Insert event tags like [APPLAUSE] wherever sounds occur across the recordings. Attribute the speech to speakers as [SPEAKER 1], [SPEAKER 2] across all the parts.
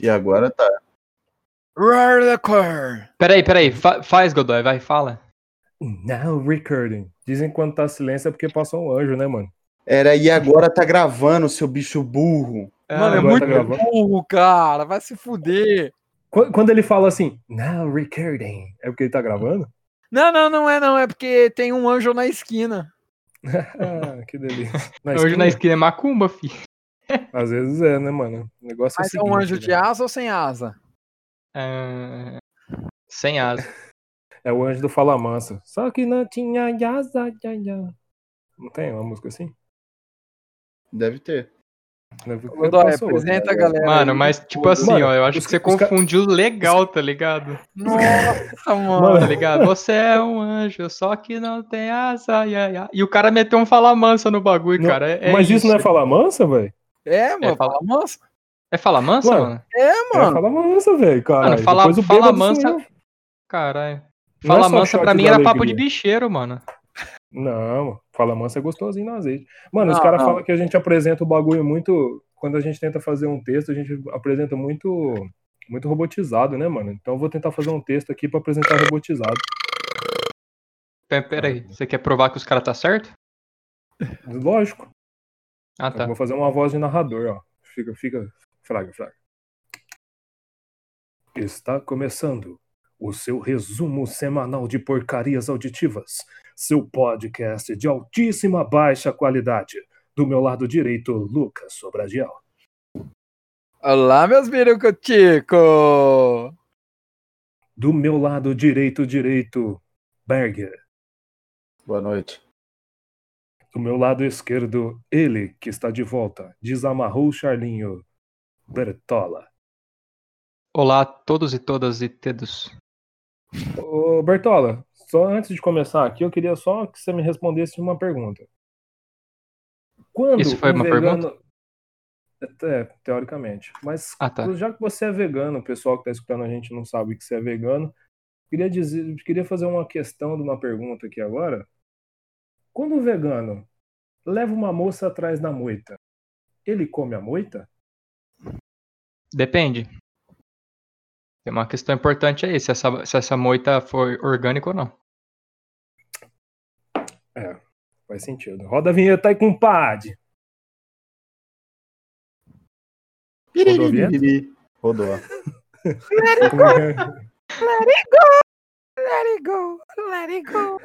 [SPEAKER 1] E agora tá.
[SPEAKER 2] Rarlacor!
[SPEAKER 3] Peraí, peraí. Fa- faz, Godoy, vai, fala.
[SPEAKER 4] Now recording. Dizem que quando tá silêncio é porque passou um anjo, né, mano?
[SPEAKER 1] Era e agora tá gravando, seu bicho burro.
[SPEAKER 3] Ah,
[SPEAKER 2] Mano, é
[SPEAKER 4] agora
[SPEAKER 2] muito
[SPEAKER 4] tá gravando.
[SPEAKER 2] burro, cara. Vai se fuder.
[SPEAKER 4] Qu- Quando ele fala assim, now recording, é porque ele tá gravando?
[SPEAKER 2] Não, não, não é não. É porque tem um anjo na esquina.
[SPEAKER 4] Ah, que delícia. Na
[SPEAKER 3] Hoje na
[SPEAKER 4] esquina?
[SPEAKER 3] esquina é macumba, fi.
[SPEAKER 4] Às vezes é, né, mano? O negócio
[SPEAKER 2] Mas
[SPEAKER 4] é,
[SPEAKER 2] é
[SPEAKER 4] o
[SPEAKER 2] um
[SPEAKER 4] seguinte,
[SPEAKER 2] anjo de
[SPEAKER 4] velho.
[SPEAKER 2] asa ou sem asa?
[SPEAKER 3] Ah, sem asa.
[SPEAKER 4] É o anjo do Fala Mansa. Só que não tinha asa, ya, ya. Não tem uma música assim? Né?
[SPEAKER 1] Deve ter.
[SPEAKER 2] Godoy,
[SPEAKER 4] Passou outra.
[SPEAKER 2] apresenta a galera.
[SPEAKER 3] Mano,
[SPEAKER 2] aí.
[SPEAKER 3] mas tipo assim,
[SPEAKER 4] É, Mano,
[SPEAKER 3] ó, eu acho
[SPEAKER 4] os-
[SPEAKER 3] que você
[SPEAKER 4] os ca-
[SPEAKER 3] confundiu legal, tá ligado?
[SPEAKER 2] Nossa, mano.
[SPEAKER 4] Mano,
[SPEAKER 3] Tá
[SPEAKER 4] [LAUGHS]
[SPEAKER 3] ligado? Você é um anjo, só que não tem asa, ia, ia. E o cara meteu um falamansa no bagulho,
[SPEAKER 4] Não,
[SPEAKER 3] cara. É, é
[SPEAKER 4] Mas isso não é Fala Mansa, velho?
[SPEAKER 2] É, mano.
[SPEAKER 3] É,
[SPEAKER 2] fala,
[SPEAKER 3] fala-
[SPEAKER 2] manso.
[SPEAKER 3] É falamansa,
[SPEAKER 4] Mano.
[SPEAKER 3] mano?
[SPEAKER 2] É,
[SPEAKER 4] É
[SPEAKER 2] mano.
[SPEAKER 4] Fala Mansa, velho, cara.
[SPEAKER 3] Mano, Fala-
[SPEAKER 4] Depois o
[SPEAKER 3] Fala
[SPEAKER 4] bêbado
[SPEAKER 3] Mansa-
[SPEAKER 4] sonhou.
[SPEAKER 3] Caralho.
[SPEAKER 4] Não é só
[SPEAKER 3] Falamansa
[SPEAKER 4] shot
[SPEAKER 3] pra mim
[SPEAKER 4] da
[SPEAKER 3] era papo de
[SPEAKER 4] alegria.
[SPEAKER 3] bicheiro, mano.
[SPEAKER 4] Não, fala manso é gostosinho no azeite. Mano, os
[SPEAKER 2] Não,
[SPEAKER 4] caras
[SPEAKER 2] não.
[SPEAKER 4] falam que a gente apresenta o bagulho muito. Quando a gente tenta fazer um texto, a gente apresenta muito muito robotizado, né, mano? Então eu vou tentar fazer um texto aqui pra apresentar robotizado.
[SPEAKER 3] Pe- Pera aí, você quer provar que os caras tá certo?
[SPEAKER 4] Lógico.
[SPEAKER 3] Ah,
[SPEAKER 4] Eu
[SPEAKER 3] tá.
[SPEAKER 4] vou fazer uma voz de narrador, ó. Fica, fica, fraga, fraga. Está começando o seu resumo semanal de porcarias auditivas, seu podcast de altíssima baixa qualidade. Do meu lado direito, Lucas Sobragiel.
[SPEAKER 2] Olá, meus birucotico.
[SPEAKER 4] Do meu lado direito, direito, Berger.
[SPEAKER 1] Boa noite.
[SPEAKER 4] Do meu lado esquerdo, ele que está de volta. Desamarrou o Charlinho. Bertola.
[SPEAKER 3] Olá a todos e todas e todos.
[SPEAKER 4] Ô, Bertola, só antes de começar aqui, eu queria só que você me respondesse uma pergunta. Quando
[SPEAKER 3] Isso foi
[SPEAKER 4] um
[SPEAKER 3] uma
[SPEAKER 4] vegano... pergunta? É, teoricamente. Mas
[SPEAKER 3] Ah, tá.
[SPEAKER 4] já que você é vegano, o pessoal que está escutando a gente não sabe que você é vegano, queria dizer, queria fazer uma questão de uma pergunta aqui agora. Quando o vegano leva uma moça atrás da moita, ele come a moita?
[SPEAKER 3] Depende. Tem uma questão importante aí, se essa, se essa moita foi orgânica ou não.
[SPEAKER 4] Faz sentido. Roda a vinheta aí, compadre.
[SPEAKER 1] Piriri. Rodou.
[SPEAKER 4] Como é que é?
[SPEAKER 2] Let it go, let it go.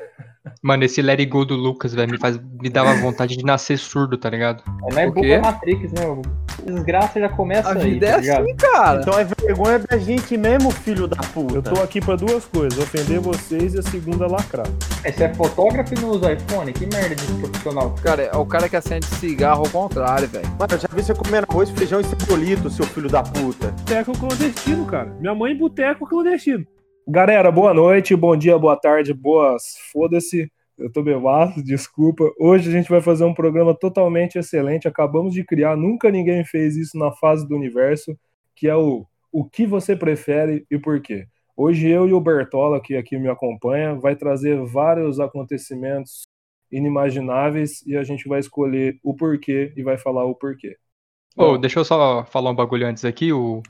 [SPEAKER 3] Mano, esse Let It Go do Lucas, velho, me, faz- me dava vontade de nascer surdo, tá ligado?
[SPEAKER 5] Mas
[SPEAKER 2] O
[SPEAKER 5] é
[SPEAKER 2] quê?
[SPEAKER 5] pouco Matrix, né? O Desgraça já começa
[SPEAKER 2] A
[SPEAKER 5] aí,
[SPEAKER 2] vida é
[SPEAKER 5] tá ligado?
[SPEAKER 2] assim, cara.
[SPEAKER 6] Então é vergonha da gente mesmo, filho da puta.
[SPEAKER 4] Eu tô aqui pra duas coisas, ofender vocês e a segunda lacrar.
[SPEAKER 5] É, Você é fotógrafo e não usa iPhone? Que merda de profissional.
[SPEAKER 2] Cara, é o cara que acende cigarro ao contrário, velho.
[SPEAKER 6] Mano, eu já vi você comendo arroz, feijão e cebolito, seu filho da puta.
[SPEAKER 4] Boteco clandestino, cara. Minha mãe boteco clandestino. Galera, boa noite, bom dia, boa tarde, boas. Foda-se. Eu tô bebado, desculpa. Hoje a gente vai fazer um programa totalmente excelente. Acabamos de criar, nunca ninguém fez isso na fase do universo, que é o o que você prefere e por quê. Hoje eu e o Bertola, que aqui me acompanha, vai trazer vários acontecimentos inimagináveis e a gente vai escolher o porquê e vai falar o porquê.
[SPEAKER 3] Ô, deixa eu só falar um bagulho antes aqui. O,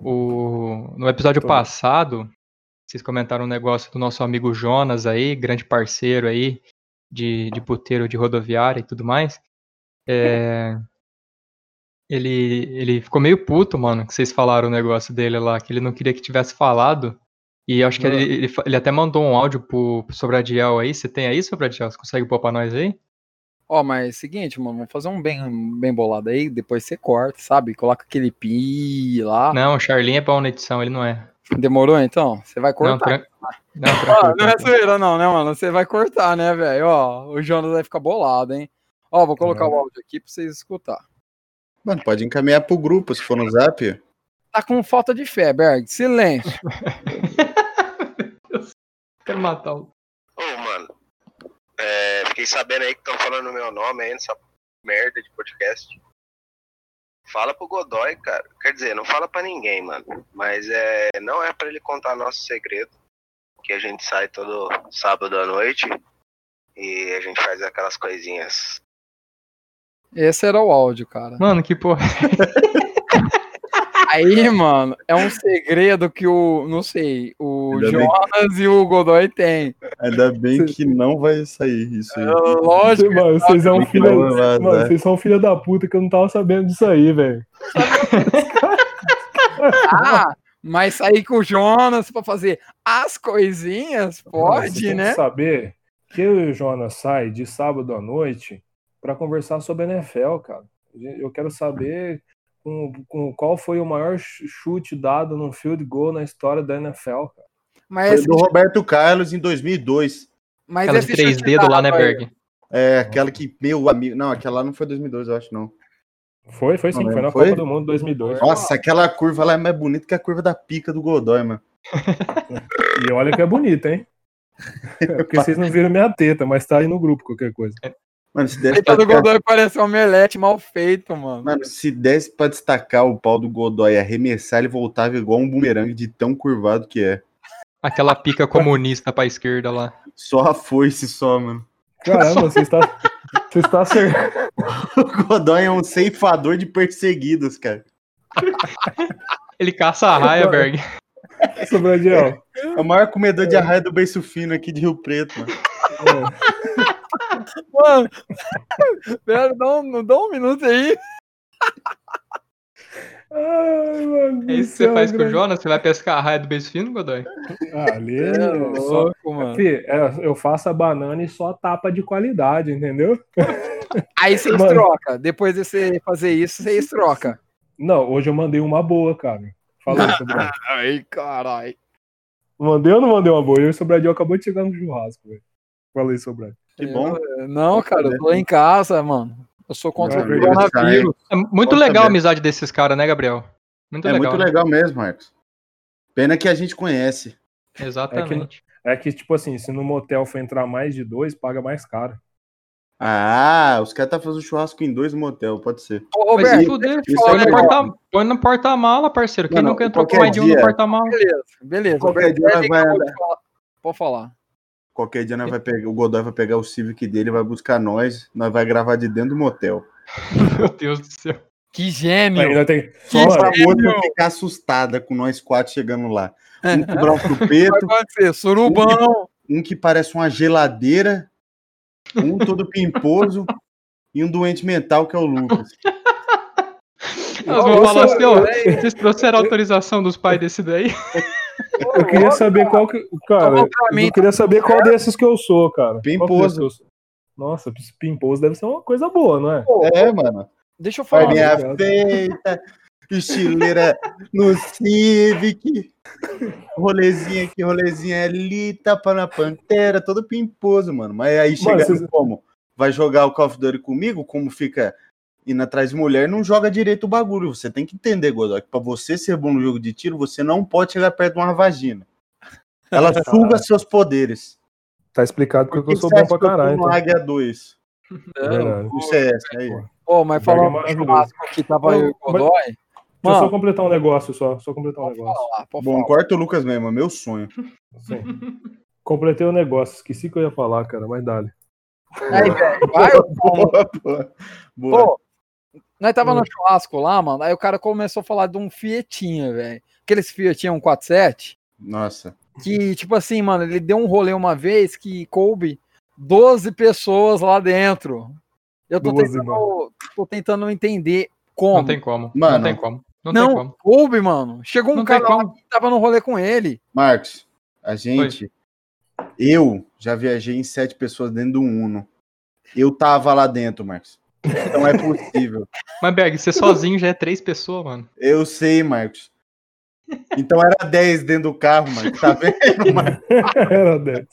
[SPEAKER 3] o, no episódio
[SPEAKER 4] Tô.
[SPEAKER 3] passado, vocês comentaram um negócio do nosso amigo Jonas aí, grande parceiro aí, de, de puteiro de rodoviária e tudo mais. É, ele, ele ficou meio puto, mano, que vocês falaram o negócio dele lá, que ele não queria que tivesse falado. E eu acho que
[SPEAKER 4] Ah.
[SPEAKER 3] ele, ele, fa- ele até mandou um áudio pro, pro Sobradiel aí. Você tem aí, Sobradiel? Você consegue pôr pra nós aí?
[SPEAKER 2] Ó, mas é seguinte, mano, vamos fazer um bem, bem bolado aí, depois você corta, sabe? Coloca aquele pi lá.
[SPEAKER 3] Não, o Charlin é bom na edição, ele não é.
[SPEAKER 2] Demorou então? Você vai cortar.
[SPEAKER 3] Não, tá tran- não,
[SPEAKER 2] Ó,
[SPEAKER 3] tranquilo,
[SPEAKER 2] não é
[SPEAKER 3] tranquilo.
[SPEAKER 2] zoeira não, né, mano? Você vai cortar, né, velho? Ó, o Jonas vai ficar bolado, hein? Ó, vou colocar o áudio aqui pra vocês escutar.
[SPEAKER 1] Mano, pode encaminhar pro grupo se for no zap.
[SPEAKER 2] Tá com falta de fé, Berg. Silêncio.
[SPEAKER 3] Quero matar o.
[SPEAKER 7] Ô, mano, é, fiquei sabendo aí que estão falando o meu nome aí nessa merda de podcast. Fala pro Godoy, cara. Quer dizer, não fala pra ninguém, mano. Mas é, não é pra ele contar nosso segredo, que a gente sai todo sábado à noite e a gente faz aquelas coisinhas.
[SPEAKER 3] [LAUGHS]
[SPEAKER 2] Esse era o áudio, cara.
[SPEAKER 3] Mano, que porra.
[SPEAKER 2] Aí, mano, é um segredo que o, não sei, o
[SPEAKER 1] Ainda bem
[SPEAKER 2] Jonas e o Godoy têm.
[SPEAKER 1] Ainda bem que não vai sair isso aí.
[SPEAKER 2] Lógico,
[SPEAKER 4] Mano, vocês é um são filha,
[SPEAKER 1] Não, mas,
[SPEAKER 4] mano,
[SPEAKER 1] né?
[SPEAKER 4] vocês são filha da puta que eu não tava sabendo disso aí, velho.
[SPEAKER 2] ah, mas sair com o Jonas pra fazer as coisinhas,
[SPEAKER 4] Mano, você
[SPEAKER 2] pode,
[SPEAKER 4] tem
[SPEAKER 2] né?
[SPEAKER 4] Que saber que eu e o Jonas sai de sábado à noite pra conversar sobre a NFL, cara. Eu quero saber com, com qual foi o maior ch- chute dado num field goal na história da NFL, cara.
[SPEAKER 2] Mas
[SPEAKER 1] Foi
[SPEAKER 2] esse,
[SPEAKER 1] do Roberto Carlos em 2002.
[SPEAKER 2] mas
[SPEAKER 3] Aquela de
[SPEAKER 2] esse
[SPEAKER 3] três
[SPEAKER 2] chute
[SPEAKER 3] dedos lá,
[SPEAKER 2] dado
[SPEAKER 3] né,
[SPEAKER 2] aí,
[SPEAKER 3] Berg?
[SPEAKER 1] É, aquela que, meu amigo. Não, aquela lá não foi 2002, eu acho, não.
[SPEAKER 4] Foi, foi sim,
[SPEAKER 1] Não
[SPEAKER 4] foi na
[SPEAKER 1] foi?
[SPEAKER 4] Copa do Mundo 2002.
[SPEAKER 1] Nossa, aquela curva lá é mais bonita que a curva da pica do Godoy, mano.
[SPEAKER 4] E olha que é bonito, hein? É porque vocês não viram minha teta, mas tá aí no grupo qualquer coisa.
[SPEAKER 1] Mano, se
[SPEAKER 2] A
[SPEAKER 1] desse, pra
[SPEAKER 2] teta do
[SPEAKER 1] destacar,
[SPEAKER 2] Godoy parece um omelete mal feito, mano.
[SPEAKER 1] mano, se desse pra destacar o pau do Godoy e arremessar, ele voltava igual um bumerangue de tão curvado que é.
[SPEAKER 3] Aquela pica comunista pra esquerda lá.
[SPEAKER 1] Só a foice só, mano.
[SPEAKER 4] Caramba, você está, você está tá acertando.
[SPEAKER 1] O Godoy é um ceifador de perseguidos, cara.
[SPEAKER 3] Ele caça a
[SPEAKER 2] é [LAUGHS]
[SPEAKER 3] raia, Berg. É
[SPEAKER 4] Sobradiel.
[SPEAKER 1] É o maior comedor de arraia do beiço fino aqui de Rio Preto, mano.
[SPEAKER 4] É,
[SPEAKER 2] Mano, pera, dá um, dá um minuto aí.
[SPEAKER 4] Ai, mano do
[SPEAKER 3] É isso que você
[SPEAKER 4] céu,
[SPEAKER 3] faz com o
[SPEAKER 4] grande-
[SPEAKER 3] Jonas? Você vai pescar a raia do beijo fino, Godoy?
[SPEAKER 4] Ah, ali
[SPEAKER 2] É
[SPEAKER 4] eu só-
[SPEAKER 2] louco, mano.
[SPEAKER 4] Fih, é, eu faço a banana e só tapa de qualidade, entendeu?
[SPEAKER 2] Aí vocês
[SPEAKER 4] Mano.
[SPEAKER 2] trocam. Depois de você fazer isso, vocês trocam.
[SPEAKER 4] Não, hoje eu mandei uma boa, cara. Falou, Sobradinho.
[SPEAKER 1] [LAUGHS]
[SPEAKER 2] Ai, caralho.
[SPEAKER 4] Mandei ou não mandei uma boa? Eu e o Sobradinho acabou de chegar no churrasco, velho. Falei, Sobradinho.
[SPEAKER 1] Que
[SPEAKER 3] É,
[SPEAKER 1] bom.
[SPEAKER 2] Não, cara, eu tô em casa, mano. Eu sou contra
[SPEAKER 1] Ah,
[SPEAKER 2] o
[SPEAKER 1] eu já saí.
[SPEAKER 2] coronavírus.
[SPEAKER 3] É
[SPEAKER 1] Nossa,
[SPEAKER 3] muito legal a
[SPEAKER 1] Berg.
[SPEAKER 3] amizade desses caras, né, Gabriel? Muito
[SPEAKER 1] é
[SPEAKER 3] legal.
[SPEAKER 1] muito
[SPEAKER 3] né?
[SPEAKER 1] legal mesmo, Marcos. Pena que a gente conhece.
[SPEAKER 3] Exatamente.
[SPEAKER 4] É que, tipo assim, se no motel for entrar mais de dois, paga mais caro.
[SPEAKER 1] Ah, os caras tá fazendo churrasco em dois motel, pode ser.
[SPEAKER 2] Ô,
[SPEAKER 3] Mas
[SPEAKER 2] Roberto,
[SPEAKER 3] se fuder,
[SPEAKER 1] isso
[SPEAKER 3] põe
[SPEAKER 2] é
[SPEAKER 3] no
[SPEAKER 2] legal.
[SPEAKER 3] porta- põe no porta-mala, parceiro. Quem
[SPEAKER 1] Mano,
[SPEAKER 3] nunca entrou com
[SPEAKER 1] qualquer
[SPEAKER 3] mais de um no
[SPEAKER 1] dia-
[SPEAKER 2] [LAUGHS]
[SPEAKER 3] porta-mala?
[SPEAKER 2] beleza, beleza.
[SPEAKER 1] Qualquer dia nós vai-
[SPEAKER 2] Pode falar. Pode falar.
[SPEAKER 1] Qualquer dia nós vai pegar, o Godoy vai pegar o Civic dele, vai buscar nós, nós vai gravar de dentro do motel.
[SPEAKER 3] Meu Deus do céu.
[SPEAKER 2] Que gênio.
[SPEAKER 4] Ainda tem...
[SPEAKER 1] Só
[SPEAKER 4] Mano,
[SPEAKER 1] pra
[SPEAKER 2] gênio!
[SPEAKER 1] outra ficar assustada com nós quatro chegando lá. Um com braço do
[SPEAKER 2] Vai
[SPEAKER 1] peito,
[SPEAKER 2] acontecer, surubão.
[SPEAKER 1] um que parece uma geladeira, um todo pimposo e um doente mental que é o Lucas.
[SPEAKER 3] Elas
[SPEAKER 4] eu
[SPEAKER 3] vão falar
[SPEAKER 4] sou-
[SPEAKER 3] assim, ó,
[SPEAKER 2] eu-
[SPEAKER 3] vocês trouxeram autorização dos pais desse daí?
[SPEAKER 4] eu queria saber qual que. Cara,
[SPEAKER 2] Então, pra mim-
[SPEAKER 4] eu queria saber qual desses que eu sou, cara.
[SPEAKER 1] Pimposo.
[SPEAKER 4] Qual desses que eu sou? Nossa, pimposo deve ser uma coisa boa, não é?
[SPEAKER 1] [LAUGHS] É, mano.
[SPEAKER 2] Deixa eu falar.
[SPEAKER 1] Perninha
[SPEAKER 4] obrigado.
[SPEAKER 1] feita, estileira no Civic, rolezinha aqui, rolezinha ali, tapa na pantera, todo pimposo, mano. Mas aí chega assim,
[SPEAKER 4] Mano, vocês-
[SPEAKER 1] como? Vai jogar o Call of Duty comigo? Como fica indo atrás de mulher, não joga direito o bagulho. Você tem que entender, Godoy, que pra você ser bom no jogo de tiro, você não pode chegar perto de uma vagina.
[SPEAKER 4] [LAUGHS]
[SPEAKER 1] Ela suga seus poderes.
[SPEAKER 4] Tá explicado porque,
[SPEAKER 1] Por
[SPEAKER 4] eu
[SPEAKER 1] que
[SPEAKER 4] sou
[SPEAKER 1] você
[SPEAKER 4] bom
[SPEAKER 1] acha
[SPEAKER 4] pra
[SPEAKER 1] que eu tô
[SPEAKER 4] caralho.
[SPEAKER 1] no
[SPEAKER 4] Então.
[SPEAKER 1] Águia 2.
[SPEAKER 4] Verdade.
[SPEAKER 1] No CS, aí.
[SPEAKER 2] Ô, mas falar
[SPEAKER 4] Berg é
[SPEAKER 2] um
[SPEAKER 4] maravilhoso.
[SPEAKER 2] churrasco que tava aí o Godoy.
[SPEAKER 4] Deixa eu só
[SPEAKER 2] Mano,
[SPEAKER 4] completar um negócio só. Só completar um
[SPEAKER 2] pode
[SPEAKER 4] negócio.
[SPEAKER 2] falar, pode
[SPEAKER 1] Bom,
[SPEAKER 2] falar.
[SPEAKER 1] corta o Lucas mesmo, é meu sonho.
[SPEAKER 4] Sim. Completei o negócio, esqueci o que eu ia falar, cara,
[SPEAKER 3] [LAUGHS]
[SPEAKER 4] mas dale.
[SPEAKER 2] Aí, velho, vai, ô,
[SPEAKER 1] Boa, [LAUGHS] boa. Boa.
[SPEAKER 2] Pô, nós tava
[SPEAKER 3] Hum.
[SPEAKER 2] no churrasco lá, mano, aí o cara começou a falar de um Fietinha, velho. Aqueles Fietinha 147,
[SPEAKER 1] Nossa.
[SPEAKER 2] que, tipo assim, mano, ele deu um rolê uma vez que coube 12 pessoas lá dentro. Eu tô,
[SPEAKER 4] 12,
[SPEAKER 2] tentando, tô tentando entender como.
[SPEAKER 3] Não tem como. Não
[SPEAKER 1] Mano.
[SPEAKER 3] tem como. Não,
[SPEAKER 2] Não,
[SPEAKER 3] tem como.
[SPEAKER 2] coube, mano. Chegou um
[SPEAKER 3] Não tem
[SPEAKER 2] cara lá
[SPEAKER 3] como.
[SPEAKER 2] que tava no rolê com ele.
[SPEAKER 1] Marcos, a gente. Eu já viajei em sete pessoas dentro de um Uno. Eu tava lá dentro, Marcos. Não é [LAUGHS] possível.
[SPEAKER 3] Mas, Berg,
[SPEAKER 2] [LAUGHS]
[SPEAKER 3] você sozinho já é três pessoas, mano.
[SPEAKER 1] Eu sei, Marcos. Então era 10 dentro do carro, Marcos. Tá [LAUGHS] vendo, Marcos?
[SPEAKER 4] Era 10.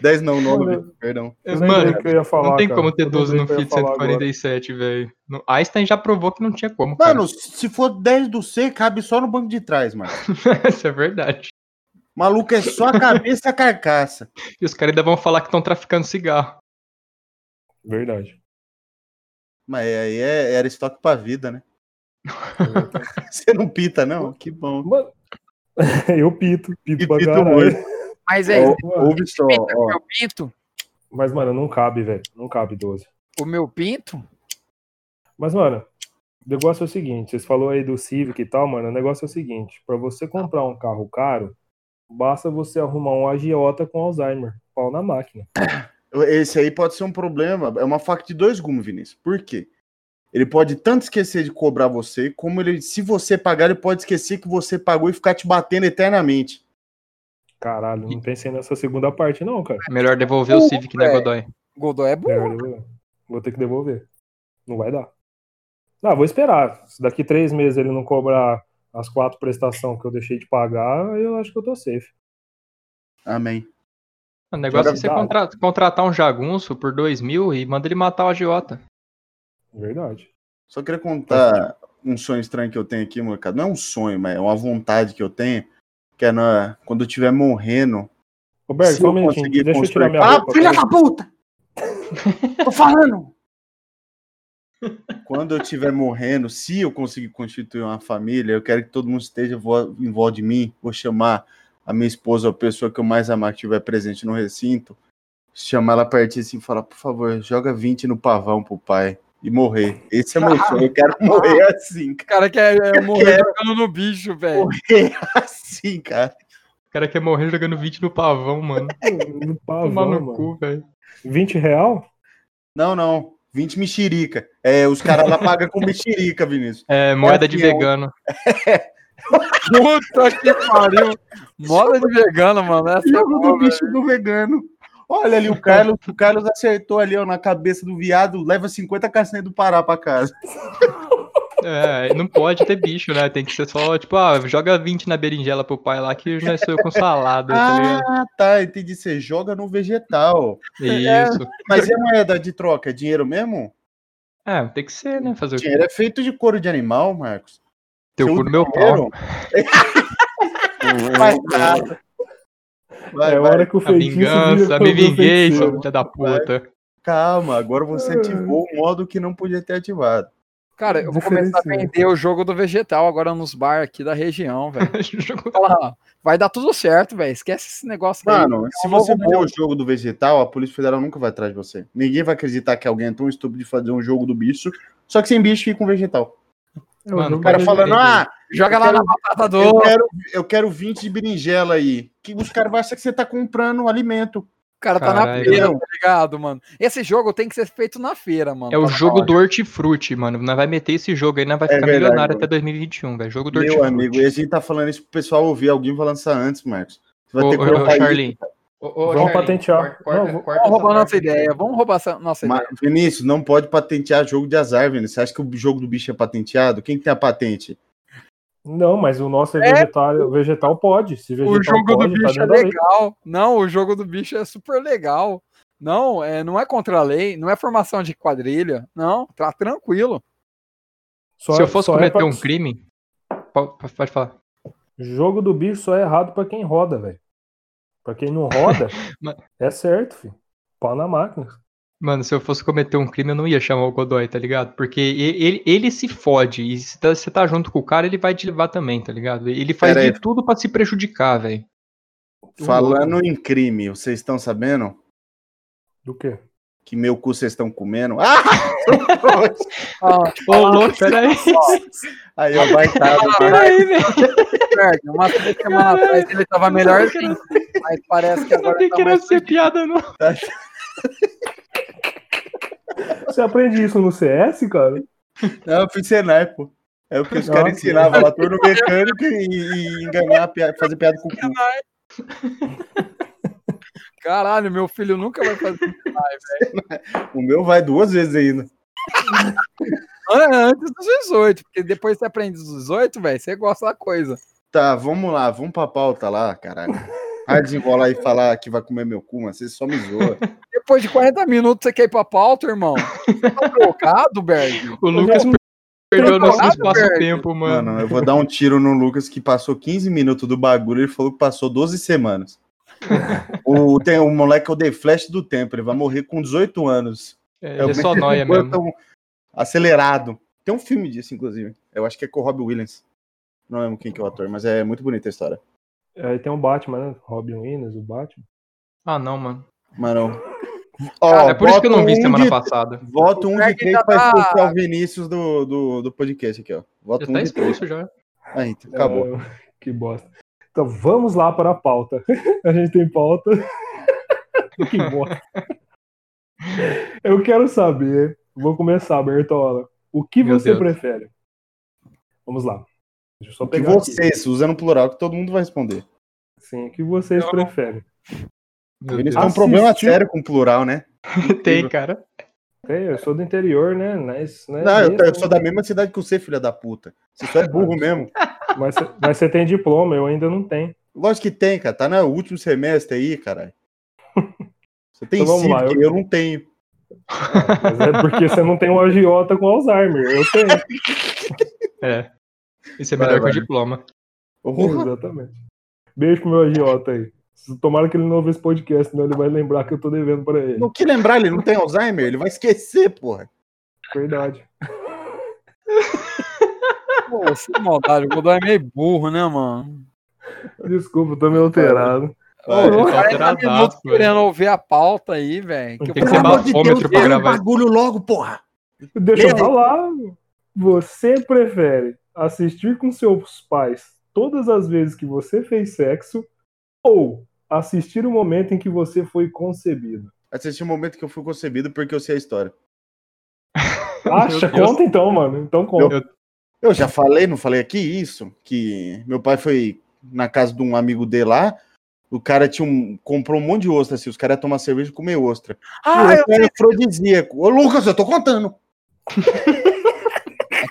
[SPEAKER 1] 10 não, 9, perdão.
[SPEAKER 4] Eu
[SPEAKER 3] É, Mano,
[SPEAKER 4] lembrei o que eu ia falar,
[SPEAKER 3] não tem
[SPEAKER 4] cara.
[SPEAKER 3] como ter
[SPEAKER 4] Eu
[SPEAKER 3] 12 no
[SPEAKER 4] lembrei o
[SPEAKER 3] Fit
[SPEAKER 4] que eu ia falar agora.
[SPEAKER 3] 147, velho. No- Einstein já provou que não tinha como, cara.
[SPEAKER 1] Mano, se for 10 do C, cabe só no banco de trás, Marcos.
[SPEAKER 3] [LAUGHS] Isso é verdade.
[SPEAKER 1] Maluco é só a cabeça e a carcaça.
[SPEAKER 3] E os caras ainda vão falar que estão traficando cigarro.
[SPEAKER 4] Verdade.
[SPEAKER 1] Mas aí é, era estoque pra vida, [LAUGHS] né? Você não pita, não? Que bom.
[SPEAKER 4] Mano, [LAUGHS] eu pito, pito
[SPEAKER 1] E
[SPEAKER 4] pra
[SPEAKER 1] pito
[SPEAKER 4] caralho.
[SPEAKER 1] muito.
[SPEAKER 2] Mas é isso,
[SPEAKER 1] Ou- Ouve só, ó.
[SPEAKER 2] meu pinto.
[SPEAKER 4] Mas, mano, não cabe, velho. Não cabe 12.
[SPEAKER 2] O meu pinto?
[SPEAKER 4] Mas, mano, O negócio é o seguinte, vocês falou aí do Civic e tal, mano. O negócio é o seguinte, pra você comprar um carro caro, basta você arrumar um agiota com Alzheimer, pau na máquina.
[SPEAKER 1] Esse aí pode ser um problema. É uma faca de dois gumes, Vinícius. Por quê? Ele pode tanto esquecer de cobrar você, como ele, se você pagar, ele pode esquecer que você pagou e ficar te batendo eternamente.
[SPEAKER 4] Caralho, não pensei nessa segunda parte não, cara.
[SPEAKER 3] Melhor devolver o
[SPEAKER 2] Pô,
[SPEAKER 3] Civic, né,
[SPEAKER 2] velho.
[SPEAKER 3] Godoy?
[SPEAKER 2] Godoy é bom.
[SPEAKER 4] Melhor devolver. Vou ter que devolver. Não vai dar. Não, vou esperar. Se daqui três meses ele não cobrar as quatro prestações que eu deixei de pagar, eu acho que eu tô safe.
[SPEAKER 1] Amém.
[SPEAKER 3] O negócio é você
[SPEAKER 4] Verdade.
[SPEAKER 3] contra- contratar um jagunço por dois mil e manda ele matar o agiota.
[SPEAKER 4] Verdade.
[SPEAKER 1] Só queria contar um sonho estranho que eu tenho aqui, molecada. Não é um sonho, mas é uma vontade que eu tenho. Que é na- quando eu estiver morrendo.
[SPEAKER 4] Roberto,
[SPEAKER 1] Se
[SPEAKER 4] só um
[SPEAKER 1] eu
[SPEAKER 4] minutinho.
[SPEAKER 1] conseguir
[SPEAKER 4] Deixa eu
[SPEAKER 1] construir-
[SPEAKER 4] tirar minha
[SPEAKER 1] Ah,
[SPEAKER 4] roupa. peraí.
[SPEAKER 6] puta! Tô falando!
[SPEAKER 1] Quando eu estiver morrendo, se eu conseguir constituir uma família, eu quero que todo mundo esteja vo- em volta de mim. Vou chamar a minha esposa, a pessoa que eu mais amar, que estiver presente no recinto. Chamar ela pertinho assim e falar, por favor, joga 20 no pavão pro pai e morrer. Esse é meu sonho. Eu quero morrer assim, [LAUGHS]
[SPEAKER 2] O cara quer é, morrer jogando no bicho, velho.
[SPEAKER 1] assim, cara.
[SPEAKER 3] O cara quer morrer jogando 20 no pavão,
[SPEAKER 4] [LAUGHS]
[SPEAKER 3] mano.
[SPEAKER 4] No
[SPEAKER 3] Tomar
[SPEAKER 4] pavão,
[SPEAKER 3] no
[SPEAKER 4] mano.
[SPEAKER 3] cu, velho.
[SPEAKER 4] 20 real?
[SPEAKER 1] Não, não. 20 mexerica. É, os caras lá pagam com mexerica, Vinícius.
[SPEAKER 3] É, moeda de
[SPEAKER 1] Campeão.
[SPEAKER 3] vegano.
[SPEAKER 2] Puta que pariu. Moda de vegano, mano. Essa é
[SPEAKER 1] Jogo do
[SPEAKER 2] boa, velho.
[SPEAKER 1] bicho do vegano. Olha ali o Carlos. O Carlos acertou ali, ó, na cabeça do viado. Leva 50 castanhas do Pará pra casa.
[SPEAKER 3] É, não pode ter bicho, né? Tem que ser só, tipo, ah, joga 20 na berinjela pro pai lá que nós sou eu com salada, tá ligado?
[SPEAKER 1] Ah, tá. Entendi. Você joga no vegetal.
[SPEAKER 4] é.
[SPEAKER 3] Isso.
[SPEAKER 1] Mas e a moeda de troca? É dinheiro mesmo?
[SPEAKER 3] É, tem que ser, né? Fazer o
[SPEAKER 1] Dinheiro é feito de couro de animal, Marcos.
[SPEAKER 3] teu
[SPEAKER 1] Seu
[SPEAKER 3] cu no meu pau.
[SPEAKER 1] dinheiro-
[SPEAKER 3] [LAUGHS]
[SPEAKER 1] Faz nada. Vai,
[SPEAKER 4] é
[SPEAKER 1] vai,
[SPEAKER 4] hora que o
[SPEAKER 3] A
[SPEAKER 4] feitiço
[SPEAKER 3] vingança,
[SPEAKER 4] vira
[SPEAKER 3] me
[SPEAKER 4] contra o
[SPEAKER 3] vinguei,
[SPEAKER 4] feiticeiro.
[SPEAKER 3] seu filho da puta. [LAUGHS]
[SPEAKER 1] calma. Agora você ativou um modo que não podia ter ativado.
[SPEAKER 2] Cara, eu vou começar a
[SPEAKER 4] Diferenciado.
[SPEAKER 2] vender o jogo do vegetal agora nos bar aqui da região, velho.
[SPEAKER 3] Jogou-
[SPEAKER 2] Olha lá, [LAUGHS] Vai dar tudo certo, velho. Esquece esse negócio daí.
[SPEAKER 1] Mano, se
[SPEAKER 2] um novo
[SPEAKER 1] você for
[SPEAKER 2] modelo.
[SPEAKER 1] o jogo do vegetal, a Polícia Federal nunca vai atrás de você. Ninguém vai acreditar que alguém é tão estúpido de fazer um jogo do bicho, só que sem bicho fica um vegetal.
[SPEAKER 4] É o
[SPEAKER 3] Mano,
[SPEAKER 4] jogo
[SPEAKER 1] O cara
[SPEAKER 4] do-
[SPEAKER 1] falando, ah,
[SPEAKER 2] Joga
[SPEAKER 1] eu
[SPEAKER 2] lá
[SPEAKER 1] quero-
[SPEAKER 2] na batata do.
[SPEAKER 1] eu quero, eu quero 20 de berinjela aí. Que os caras vão achar que você tá comprando alimento.
[SPEAKER 2] O cara tá
[SPEAKER 3] Caralho.
[SPEAKER 2] na feira, tá ligado, mano? Esse jogo tem que ser feito na feira, mano.
[SPEAKER 3] É o
[SPEAKER 2] Tá na
[SPEAKER 3] jogo
[SPEAKER 2] hora.
[SPEAKER 3] do hortifruti, mano. Nós vai meter esse jogo aí, nós vai
[SPEAKER 1] É
[SPEAKER 3] ficar
[SPEAKER 1] verdade,
[SPEAKER 3] milionário
[SPEAKER 1] mano.
[SPEAKER 3] até 2021, velho. Jogo do
[SPEAKER 1] Meu amigo, e
[SPEAKER 3] hortifruti.
[SPEAKER 1] a gente tá falando isso pro pessoal ouvir, alguém vai lançar antes, Marcos. Você
[SPEAKER 3] Ô,
[SPEAKER 1] vai ter que
[SPEAKER 3] ô, ô,
[SPEAKER 1] colocar
[SPEAKER 3] Charlin. Ô, ô,
[SPEAKER 4] Vamos
[SPEAKER 3] Charlin,
[SPEAKER 4] patentear.
[SPEAKER 3] cor- corta-
[SPEAKER 4] Não, vou-
[SPEAKER 2] Vamos
[SPEAKER 3] corta essa
[SPEAKER 2] roubar nossa
[SPEAKER 3] parte.
[SPEAKER 2] ideia. Vamos roubar essa nossa
[SPEAKER 1] isso. Mas,
[SPEAKER 2] ideia.
[SPEAKER 1] Vinícius, não pode patentear jogo de azar, Vinícius. Você acha que o jogo do bicho é patenteado? Quem que tem a patente?
[SPEAKER 4] Não, mas o nosso é
[SPEAKER 2] É.
[SPEAKER 4] vegetal, o vegetal pode. Se vegetal
[SPEAKER 2] O jogo do
[SPEAKER 4] pode, tá
[SPEAKER 2] bicho é
[SPEAKER 4] dentro da lei.
[SPEAKER 2] legal. Não, o jogo do bicho é super legal. Não, é, não é contra a lei, não é formação de quadrilha. Não, tá tranquilo.
[SPEAKER 4] Só-
[SPEAKER 3] Se eu fosse
[SPEAKER 4] só é
[SPEAKER 3] cometer
[SPEAKER 4] pra-
[SPEAKER 3] um crime. po- po- Pode falar.
[SPEAKER 4] Jogo do bicho só é errado pra quem roda, velho. Pra quem não roda,
[SPEAKER 3] Mas-
[SPEAKER 4] é certo, filho. Pau na máquina.
[SPEAKER 3] Mano, se eu fosse cometer um crime, eu não ia chamar o Godoy, tá ligado? Porque e- ele, ele se fode. E se tá- você tá junto com o cara, ele vai te levar também, tá ligado? Ele faz
[SPEAKER 1] Pera
[SPEAKER 3] de tudo pra se prejudicar, velho.
[SPEAKER 1] Falando em crime, vocês estão sabendo
[SPEAKER 4] Do quê?
[SPEAKER 1] que meu cu vocês estão comendo? [LAUGHS] Ah!
[SPEAKER 2] [LAUGHS] Ah,
[SPEAKER 3] Ô, louco, peraí.
[SPEAKER 1] Aí, ó,
[SPEAKER 3] [LAUGHS]
[SPEAKER 1] baitado.
[SPEAKER 3] Peraí, velho.
[SPEAKER 2] Berg, uma semana atrás ele tava melhor sim. Mas parece que
[SPEAKER 3] Eu não
[SPEAKER 2] agora
[SPEAKER 3] tem
[SPEAKER 2] tá
[SPEAKER 3] que não
[SPEAKER 2] mais
[SPEAKER 3] ser piada, não.
[SPEAKER 4] Você aprende isso no CS, cara?
[SPEAKER 1] Não, eu fiz Senai, pô. É o que os
[SPEAKER 4] Nossa.
[SPEAKER 1] caras ensinavam lá, turno mecânico e, e enganar, a piada, fazer piada com o cu.
[SPEAKER 2] Caralho, meu filho nunca vai fazer. [LAUGHS]
[SPEAKER 1] O meu vai duas vezes ainda.
[SPEAKER 2] Ah, Antes dos 18, porque depois você aprende os 18, velho, você gosta da coisa.
[SPEAKER 1] Tá, vamos lá, vamos pra pauta lá, caralho. Vai desenrolar e falar que vai comer meu cu, mas você só me zoa.
[SPEAKER 2] Depois de 40 minutos você quer ir pra pauta, irmão? Você tá trocado, Berg?
[SPEAKER 3] O Lucas
[SPEAKER 4] não-
[SPEAKER 3] perdeu
[SPEAKER 2] eu
[SPEAKER 3] nosso
[SPEAKER 2] não-
[SPEAKER 3] espaço-tempo, [LAUGHS] mano.
[SPEAKER 1] Mano, eu vou dar um tiro no Lucas que passou 15 minutos do bagulho, ele falou que passou 12 semanas. O, tem um moleque que eu dei flash do tempo, ele vai morrer com 18 anos.
[SPEAKER 3] É,
[SPEAKER 1] eu- um
[SPEAKER 3] ele é só nóia
[SPEAKER 1] Pô,
[SPEAKER 3] mesmo.
[SPEAKER 1] tão acelerado. Tem um filme disso, inclusive. Eu acho que é com o Robbie Williams. Não lembro quem que é o ator, mas é muito bonita a história.
[SPEAKER 4] É, um Aí tem o Batman, né? Robin Williams, o Batman.
[SPEAKER 3] Ah, não, mano.
[SPEAKER 1] Mano, Ó,
[SPEAKER 3] é por isso que eu não vi
[SPEAKER 1] voto um
[SPEAKER 3] semana
[SPEAKER 1] de-
[SPEAKER 3] passada.
[SPEAKER 1] Voto um
[SPEAKER 2] O Berg
[SPEAKER 1] de três
[SPEAKER 2] já
[SPEAKER 1] pra
[SPEAKER 2] tá-
[SPEAKER 1] expulsar o Vinícius do, do, do podcast aqui, ó.
[SPEAKER 3] Já
[SPEAKER 1] Voto um
[SPEAKER 3] tá
[SPEAKER 1] de três.
[SPEAKER 3] expulso já.
[SPEAKER 1] Ah, então, acabou.
[SPEAKER 4] Ah, [LAUGHS] que bosta. Então vamos lá para a pauta. [LAUGHS] A gente tem pauta. [LAUGHS] que bosta. Eu quero saber. Vou começar, Bertola. O que
[SPEAKER 3] Meu
[SPEAKER 4] você
[SPEAKER 3] Deus.
[SPEAKER 4] prefere? Vamos lá. Deixa eu só
[SPEAKER 1] Que
[SPEAKER 4] pegar aqui.
[SPEAKER 1] vocês, usando plural, que todo mundo vai responder.
[SPEAKER 4] Sim, o que vocês
[SPEAKER 3] Eu não-
[SPEAKER 4] preferem?
[SPEAKER 1] O
[SPEAKER 3] Meu
[SPEAKER 1] Vinícius
[SPEAKER 3] Deus.
[SPEAKER 1] tem um problema
[SPEAKER 4] Assistiu.
[SPEAKER 1] sério com plural, né?
[SPEAKER 3] Ah, Tem, cara.
[SPEAKER 4] Tem, É, eu sou do interior, né? Mas, né,
[SPEAKER 1] Não, eu,
[SPEAKER 4] besta,
[SPEAKER 1] eu sou da mesma cidade que você, filha da puta. Você só é
[SPEAKER 4] [LAUGHS]
[SPEAKER 1] burro mesmo.
[SPEAKER 4] mas, cê- mas você tem diploma, eu ainda não tenho.
[SPEAKER 1] Lógico que tem, cara. Tá no último semestre aí,
[SPEAKER 4] [LAUGHS]
[SPEAKER 1] caralho. Você tem
[SPEAKER 4] Então vamos lá,
[SPEAKER 1] Civic,
[SPEAKER 4] eu-
[SPEAKER 1] eu... não tenho.
[SPEAKER 4] Mas é porque você não tem um agiota com Alzheimer. Eu tenho,
[SPEAKER 3] É. Isso é
[SPEAKER 1] Vai,
[SPEAKER 3] melhor que
[SPEAKER 1] vai.
[SPEAKER 3] o diploma.
[SPEAKER 1] Porra,
[SPEAKER 4] exatamente. Beijo pro meu agiota aí. Tomara que ele não ouve esse podcast, senão ele vai lembrar que eu tô devendo pra ele.
[SPEAKER 1] O que lembrar, ele não tem Alzheimer? Ele vai esquecer, porra.
[SPEAKER 4] Verdade.
[SPEAKER 2] Pô, sem maldade, o Godoy é meio burro, né, mano?
[SPEAKER 4] Desculpa, eu tô meio alterado.
[SPEAKER 1] Vai.
[SPEAKER 3] Ele tá
[SPEAKER 2] 40 minutos
[SPEAKER 3] alteradaço, velho.
[SPEAKER 2] querendo ouvir a pauta aí, velho.
[SPEAKER 3] Tem
[SPEAKER 2] eu
[SPEAKER 3] que
[SPEAKER 2] vou
[SPEAKER 3] ser
[SPEAKER 2] falar
[SPEAKER 3] bafo. bafômetro pra
[SPEAKER 1] lê o
[SPEAKER 3] gravar.
[SPEAKER 1] é um bagulho logo, porra.
[SPEAKER 4] Deixa eu
[SPEAKER 1] Lê.
[SPEAKER 4] falar. Você prefere assistir com seus pais todas as vezes que você fez sexo ou assistir o momento em que você foi concebido?
[SPEAKER 1] Assisti é o momento que eu fui concebido porque eu sei a história.
[SPEAKER 4] Acha?
[SPEAKER 3] Deus.
[SPEAKER 4] Conta então, mano. Então conta.
[SPEAKER 1] Eu já falei, não falei aqui isso? Que meu pai foi na casa de um amigo dele lá. O cara tinha um, comprou um monte de ostra, assim. Os caras iam tomar cerveja e comer ostra.
[SPEAKER 2] Ah,
[SPEAKER 1] e o cara é afrodisíaco. Ô, Lucas, eu tô contando.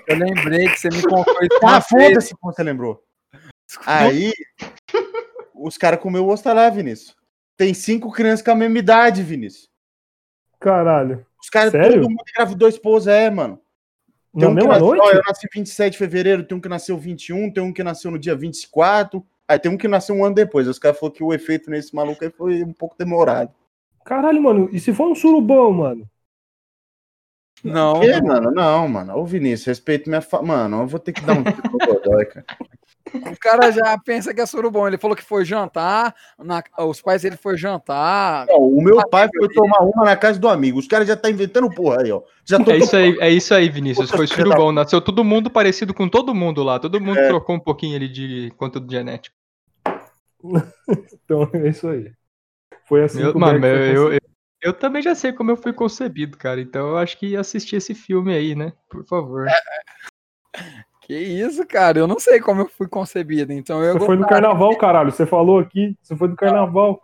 [SPEAKER 2] eu lembrei que você me contou isso
[SPEAKER 1] Ah,
[SPEAKER 2] uma vez.
[SPEAKER 1] foda-se como você lembrou. Aí, os caras comeu ostra lá, Vinícius. Tem cinco crianças com a mesma idade, Vinícius.
[SPEAKER 4] Caralho.
[SPEAKER 1] Os caras,
[SPEAKER 4] Sério?
[SPEAKER 1] todo mundo engravidou esposa, é, mano. Tem
[SPEAKER 4] Na
[SPEAKER 1] um que
[SPEAKER 4] mesma
[SPEAKER 1] nasceu,
[SPEAKER 4] noite?
[SPEAKER 1] ó, eu nasci 27 de fevereiro, tem um que nasceu 21, tem um que nasceu no dia 24. Aí tem um que nasceu um ano depois. Os caras falaram que o efeito nesse maluco aí foi um pouco demorado.
[SPEAKER 4] Caralho, mano. E se for um surubão, mano?
[SPEAKER 2] Não,
[SPEAKER 1] Quê, mano? Não, mano. Ô, Vinícius, respeito minha fa... Mano, eu vou ter que dar um tiro no Godoy, [LAUGHS] cara.
[SPEAKER 2] o cara já pensa que é surubom. Ele falou que foi jantar, na- os pais dele foi jantar.
[SPEAKER 1] Não, o meu pai foi tomar uma na casa do amigo. Os caras já tá inventando porra aí, ó. Já tô
[SPEAKER 3] É isso aí, é isso aí, Vinícius.
[SPEAKER 1] Puta
[SPEAKER 3] Foi
[SPEAKER 1] filha da
[SPEAKER 3] surubão. Nasceu todo mundo parecido com todo mundo lá. Todo mundo
[SPEAKER 1] É.
[SPEAKER 3] trocou um pouquinho ali de conteúdo genético.
[SPEAKER 4] Então [LAUGHS] é isso aí. Foi assim
[SPEAKER 3] Meu-
[SPEAKER 4] que o
[SPEAKER 3] mano,
[SPEAKER 4] Berg
[SPEAKER 3] eu, eu,
[SPEAKER 4] foi
[SPEAKER 3] eu, eu também já sei como eu fui concebido, cara. Então eu acho que assistir esse filme aí, né? Por favor.
[SPEAKER 2] Que isso, cara? Eu não sei como eu fui concebido. Então eu
[SPEAKER 4] Você foi no carnaval, caralho. Você falou aqui. Você foi do carnaval.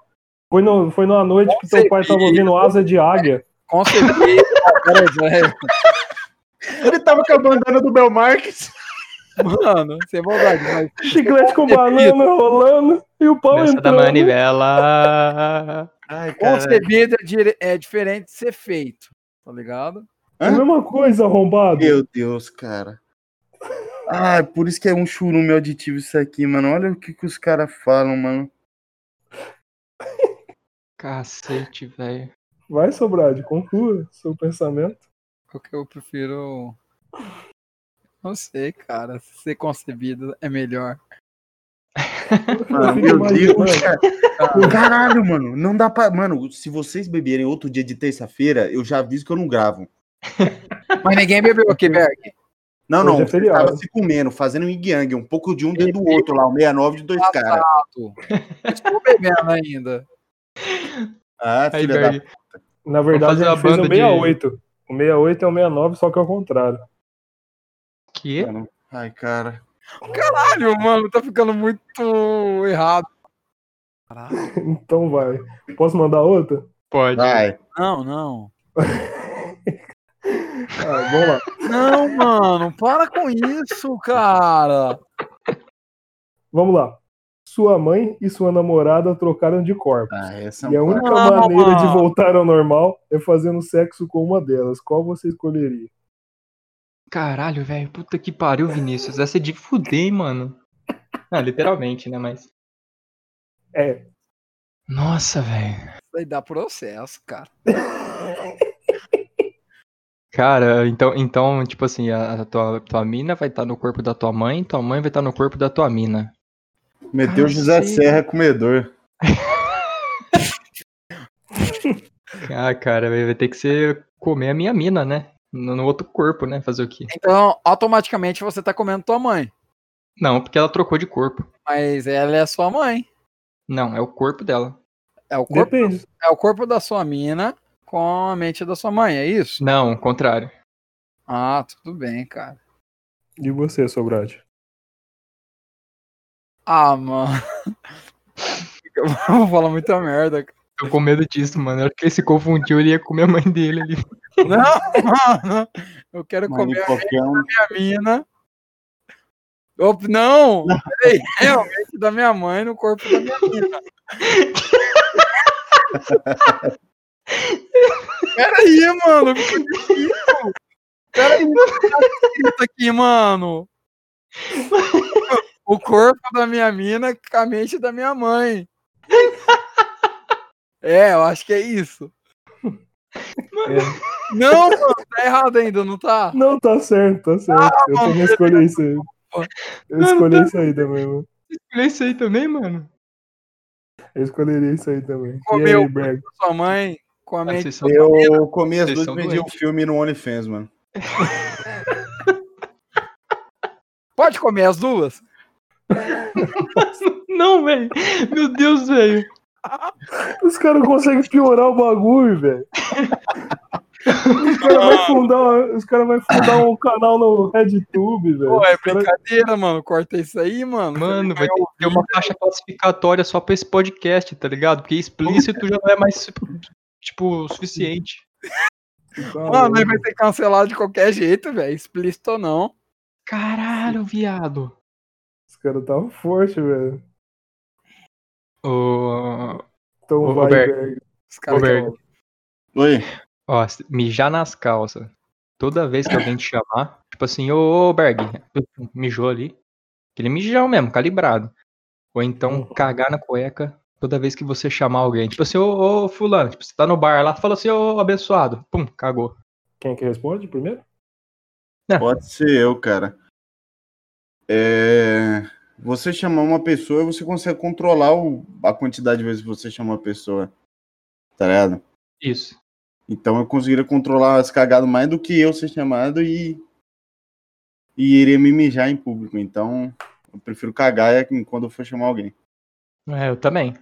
[SPEAKER 4] Foi, no, foi numa noite que teu pai tava ouvindo asa de águia.
[SPEAKER 3] [LAUGHS]
[SPEAKER 2] concebido. Agora, é, velho.
[SPEAKER 1] Ele tava com a bandana do Bel Marques.
[SPEAKER 2] Mano, sem maldade. Mas
[SPEAKER 4] Chiclete com banana rolando e o pau
[SPEAKER 3] Dança da
[SPEAKER 1] né?
[SPEAKER 4] entrando.
[SPEAKER 3] manivela.
[SPEAKER 1] Ai, cara.
[SPEAKER 2] concebido é, dire- é diferente de ser feito. Tá ligado?
[SPEAKER 4] É a mesma coisa,
[SPEAKER 1] [LAUGHS]
[SPEAKER 4] arrombado.
[SPEAKER 1] Meu Deus, cara. Ai, por isso que é um churume auditivo isso aqui, mano. Olha o que, que os caras falam, mano.
[SPEAKER 3] Cacete, velho.
[SPEAKER 4] Vai, Sobrade, conclua seu pensamento.
[SPEAKER 2] Porque eu prefiro. Não sei, cara. Ser concebido é melhor.
[SPEAKER 1] Mano,
[SPEAKER 4] fico
[SPEAKER 1] [LAUGHS] meu
[SPEAKER 4] imaginando.
[SPEAKER 1] Deus, cara. Caralho, mano. Não dá pra. Mano, se vocês beberem outro dia de terça-feira, eu já aviso que eu não gravo.
[SPEAKER 2] Mas ninguém bebeu aqui, [LAUGHS] Berg.
[SPEAKER 1] Não,
[SPEAKER 4] Hoje
[SPEAKER 1] não.
[SPEAKER 4] é
[SPEAKER 1] Você
[SPEAKER 4] feriado.
[SPEAKER 1] tava se comendo, fazendo um yang, um pouco de um dentro do outro lá, o 69 de dois caras.
[SPEAKER 2] Eu Estou bebendo ainda.
[SPEAKER 1] Ah,
[SPEAKER 3] Aí,
[SPEAKER 1] filha da
[SPEAKER 3] Berg,
[SPEAKER 4] Na verdade,
[SPEAKER 3] fazer
[SPEAKER 4] ele
[SPEAKER 3] uma
[SPEAKER 4] fez o
[SPEAKER 3] banda de-
[SPEAKER 4] 68. O 68 é o 69, só que é o contrário.
[SPEAKER 3] que?
[SPEAKER 1] mano. Ai, cara.
[SPEAKER 2] Caralho, mano, tá ficando muito errado. Caralho.
[SPEAKER 4] Então vai. Posso mandar outra?
[SPEAKER 3] Pode.
[SPEAKER 1] Vai.
[SPEAKER 2] Não, não.
[SPEAKER 4] Ah, vamos lá.
[SPEAKER 2] Não, mano, para com isso, cara.
[SPEAKER 4] Vamos lá. Sua mãe e sua namorada trocaram de corpo.
[SPEAKER 1] Ah, essa
[SPEAKER 4] E a
[SPEAKER 1] é um
[SPEAKER 4] única
[SPEAKER 2] Não,
[SPEAKER 4] maneira de
[SPEAKER 2] mano.
[SPEAKER 4] voltar ao normal é fazendo sexo com uma delas. Qual você escolheria?
[SPEAKER 3] Caralho, velho. Puta que pariu, Vinícius. Essa é de fuder, hein, [LAUGHS] mano. Não, literalmente, né? Mas.
[SPEAKER 4] É.
[SPEAKER 3] Nossa, velho.
[SPEAKER 2] Isso aí dá processo, cara.
[SPEAKER 3] Cara, então, então tipo assim, a, a tua, tua mina vai estar no corpo da tua mãe, tua mãe vai estar no corpo da tua mina.
[SPEAKER 1] Meteu o José é
[SPEAKER 3] Cacete.
[SPEAKER 1] Serra comedor.
[SPEAKER 3] Ah, cara, vai vai ter que ser comer a minha mina, né? No, no outro corpo, né? Fazer o quê?
[SPEAKER 2] Então, automaticamente você tá comendo tua mãe.
[SPEAKER 3] Não, porque ela trocou de corpo.
[SPEAKER 2] Mas ela é sua mãe.
[SPEAKER 3] Não, é o corpo dela.
[SPEAKER 2] É o corpo,
[SPEAKER 4] Depende.
[SPEAKER 2] é o corpo da sua mina com a mente da sua mãe, é isso?
[SPEAKER 3] Não, o contrário.
[SPEAKER 2] Ah, tudo bem, cara.
[SPEAKER 4] E você, Sobrade?
[SPEAKER 2] Ah, mano. [LAUGHS] Eu vou falar muita merda. cara.
[SPEAKER 3] Tô com medo disso, mano. Eu acho que ele se confundiu, ele ia comer a mãe dele ali.
[SPEAKER 2] Não, [LAUGHS] mano. Eu quero
[SPEAKER 1] Mano,
[SPEAKER 2] comer
[SPEAKER 1] qualquer um.
[SPEAKER 2] a minha mina. Op- não! Peraí, é a mente da minha mãe no corpo da minha mina. Peraí, mano. que difícil. Peraí, o que tá escrito aqui, mano. O corpo da minha mina com a mente da minha mãe. É, eu acho que é isso. Não, mano, tá errado ainda, não tá?
[SPEAKER 4] Não, tá certo, tá certo. eu
[SPEAKER 2] mano,
[SPEAKER 4] também escolhi isso aí. Eu
[SPEAKER 3] Não,
[SPEAKER 4] escolhi
[SPEAKER 3] tá-
[SPEAKER 4] isso aí também, mano.
[SPEAKER 3] Ele é isso aí também, mano.
[SPEAKER 4] Eu escolheria isso aí também. E
[SPEAKER 2] Comeu.
[SPEAKER 4] aí, Brego?
[SPEAKER 2] Sua mãe com a
[SPEAKER 3] Ah,
[SPEAKER 2] mente
[SPEAKER 3] vocês são-
[SPEAKER 1] Eu comi as
[SPEAKER 3] Vocês
[SPEAKER 1] duas e
[SPEAKER 3] são
[SPEAKER 1] vendi um
[SPEAKER 3] doentes.
[SPEAKER 1] filme no OnlyFans, mano.
[SPEAKER 2] Pode comer as duas?
[SPEAKER 3] Não, velho. Meu Deus, velho.
[SPEAKER 4] Os caras conseguem piorar o bagulho, velho. Os caras vão
[SPEAKER 2] Ah.
[SPEAKER 4] fundar, os cara vai fundar um canal no RedTube, velho.
[SPEAKER 2] Pô, é
[SPEAKER 4] Os cara-
[SPEAKER 2] brincadeira, mano. Corta isso aí, mano.
[SPEAKER 3] Mano, vai ter que ter uma faixa classificatória só pra esse podcast, tá ligado? Porque explícito já não é mais, tipo, o suficiente.
[SPEAKER 4] Tá
[SPEAKER 2] Mano, ele vai ser cancelado de qualquer jeito, velho. Explícito ou não.
[SPEAKER 3] Caralho, viado.
[SPEAKER 4] Os caras tão forte, velho.
[SPEAKER 3] Ô,
[SPEAKER 4] Então
[SPEAKER 3] Ô,
[SPEAKER 4] vai,
[SPEAKER 3] Roberto.
[SPEAKER 4] Berg.
[SPEAKER 2] Os caras
[SPEAKER 3] Roberto.
[SPEAKER 2] que-
[SPEAKER 1] Oi.
[SPEAKER 3] Ó, se- mijar nas calças. Toda vez que alguém te chamar, tipo assim, ô, ô Berg, [LAUGHS] mijou ali. Aquele mijão mesmo, calibrado. Ou então cagar na cueca toda vez que você chamar alguém. Tipo assim, ô, ô fulano, tipo, você tá no bar lá, fala assim, ô abençoado. Pum, cagou.
[SPEAKER 4] Quem é que responde primeiro?
[SPEAKER 1] Pode ser eu, cara. É, Você chamar uma pessoa, você consegue controlar o- a quantidade de vezes que você chama a pessoa. Tá ligado?
[SPEAKER 3] Isso.
[SPEAKER 1] Então eu conseguiria controlar as cagadas mais do que eu ser chamado e. E iria me mijar em público. Então eu prefiro cagar é em- quando eu for chamar alguém.
[SPEAKER 3] É, eu também.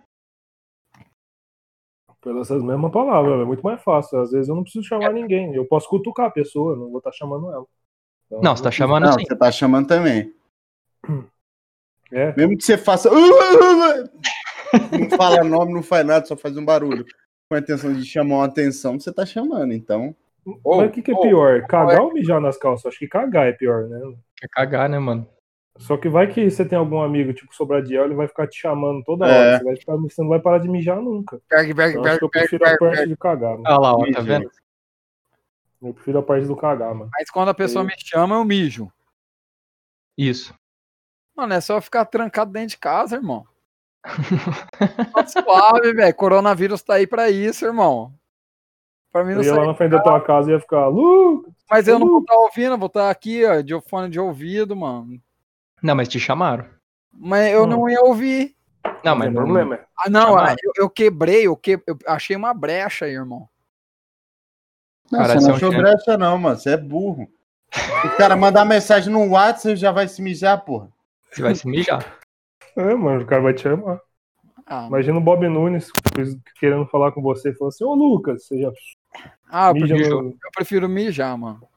[SPEAKER 4] Pelas essas mesmas palavras, velho. é muito mais fácil. Às vezes eu não preciso chamar ninguém. Eu posso cutucar a pessoa, não vou estar chamando ela. Então,
[SPEAKER 3] Não, você tá
[SPEAKER 4] preciso-
[SPEAKER 3] chamando
[SPEAKER 1] Não,
[SPEAKER 3] assim.
[SPEAKER 1] você tá chamando também.
[SPEAKER 4] É,
[SPEAKER 1] Mesmo que você faça. "Uh, Não fala nome, não faz nada, só faz um barulho. Com a intenção de chamar uma atenção, você tá chamando, então.
[SPEAKER 4] Mas o que, que é pior? Cagar ou mijar nas calças? Acho que cagar é pior, né?
[SPEAKER 3] Quer cagar, né, mano?
[SPEAKER 4] Só que vai que você tem algum amigo, tipo Sobradiel, ele vai ficar te chamando toda
[SPEAKER 1] É.
[SPEAKER 4] hora. Você, vai ficar, você não vai parar de mijar nunca.
[SPEAKER 2] Berg, Berg,
[SPEAKER 4] Então, acho
[SPEAKER 2] Berg,
[SPEAKER 4] que eu
[SPEAKER 2] Berg,
[SPEAKER 4] prefiro a
[SPEAKER 2] Berg,
[SPEAKER 4] parte
[SPEAKER 2] Berg.
[SPEAKER 4] de cagar, mano.
[SPEAKER 3] Olha lá, ó, tá
[SPEAKER 1] Mijo.
[SPEAKER 3] vendo?
[SPEAKER 4] Eu prefiro a parte do cagar, mano.
[SPEAKER 2] Mas quando a pessoa me chama, eu mijo.
[SPEAKER 3] Isso.
[SPEAKER 2] Mano, é só ficar trancado dentro de casa, irmão. Tá
[SPEAKER 4] [LAUGHS]
[SPEAKER 2] suave, velho. Coronavírus tá aí pra isso, irmão. Pra mim
[SPEAKER 4] Eu
[SPEAKER 2] não
[SPEAKER 4] ia lá
[SPEAKER 2] sei.
[SPEAKER 4] na frente da tua casa e ia ficar, Lu!
[SPEAKER 2] Mas eu não vou estar ouvindo, vou estar aqui, ó, de fone de ouvido, mano.
[SPEAKER 3] Não, mas te chamaram.
[SPEAKER 2] Mas eu não ia ouvir.
[SPEAKER 3] Não, mas
[SPEAKER 4] tem
[SPEAKER 3] não,
[SPEAKER 4] problema. é.
[SPEAKER 2] Ah, não,
[SPEAKER 3] Chamado.
[SPEAKER 2] ah, eu, eu quebrei, eu, que, eu achei uma brecha aí, irmão.
[SPEAKER 1] Não, você
[SPEAKER 3] Cara,
[SPEAKER 1] não
[SPEAKER 3] esse é um
[SPEAKER 1] achou
[SPEAKER 3] gênio.
[SPEAKER 1] brecha, não, mano. Você é burro. O cara mandar mensagem no WhatsApp, você já vai se mijar, porra.
[SPEAKER 3] você vai se mijar.
[SPEAKER 4] É, mano, o cara vai te chamar.
[SPEAKER 2] Ah,
[SPEAKER 4] Imagina o Bob Nunes querendo falar com você e falou assim, ô Lucas, você já
[SPEAKER 2] ah, eu,
[SPEAKER 4] mija
[SPEAKER 2] prefiro,
[SPEAKER 4] no...
[SPEAKER 2] eu prefiro mijar, mano.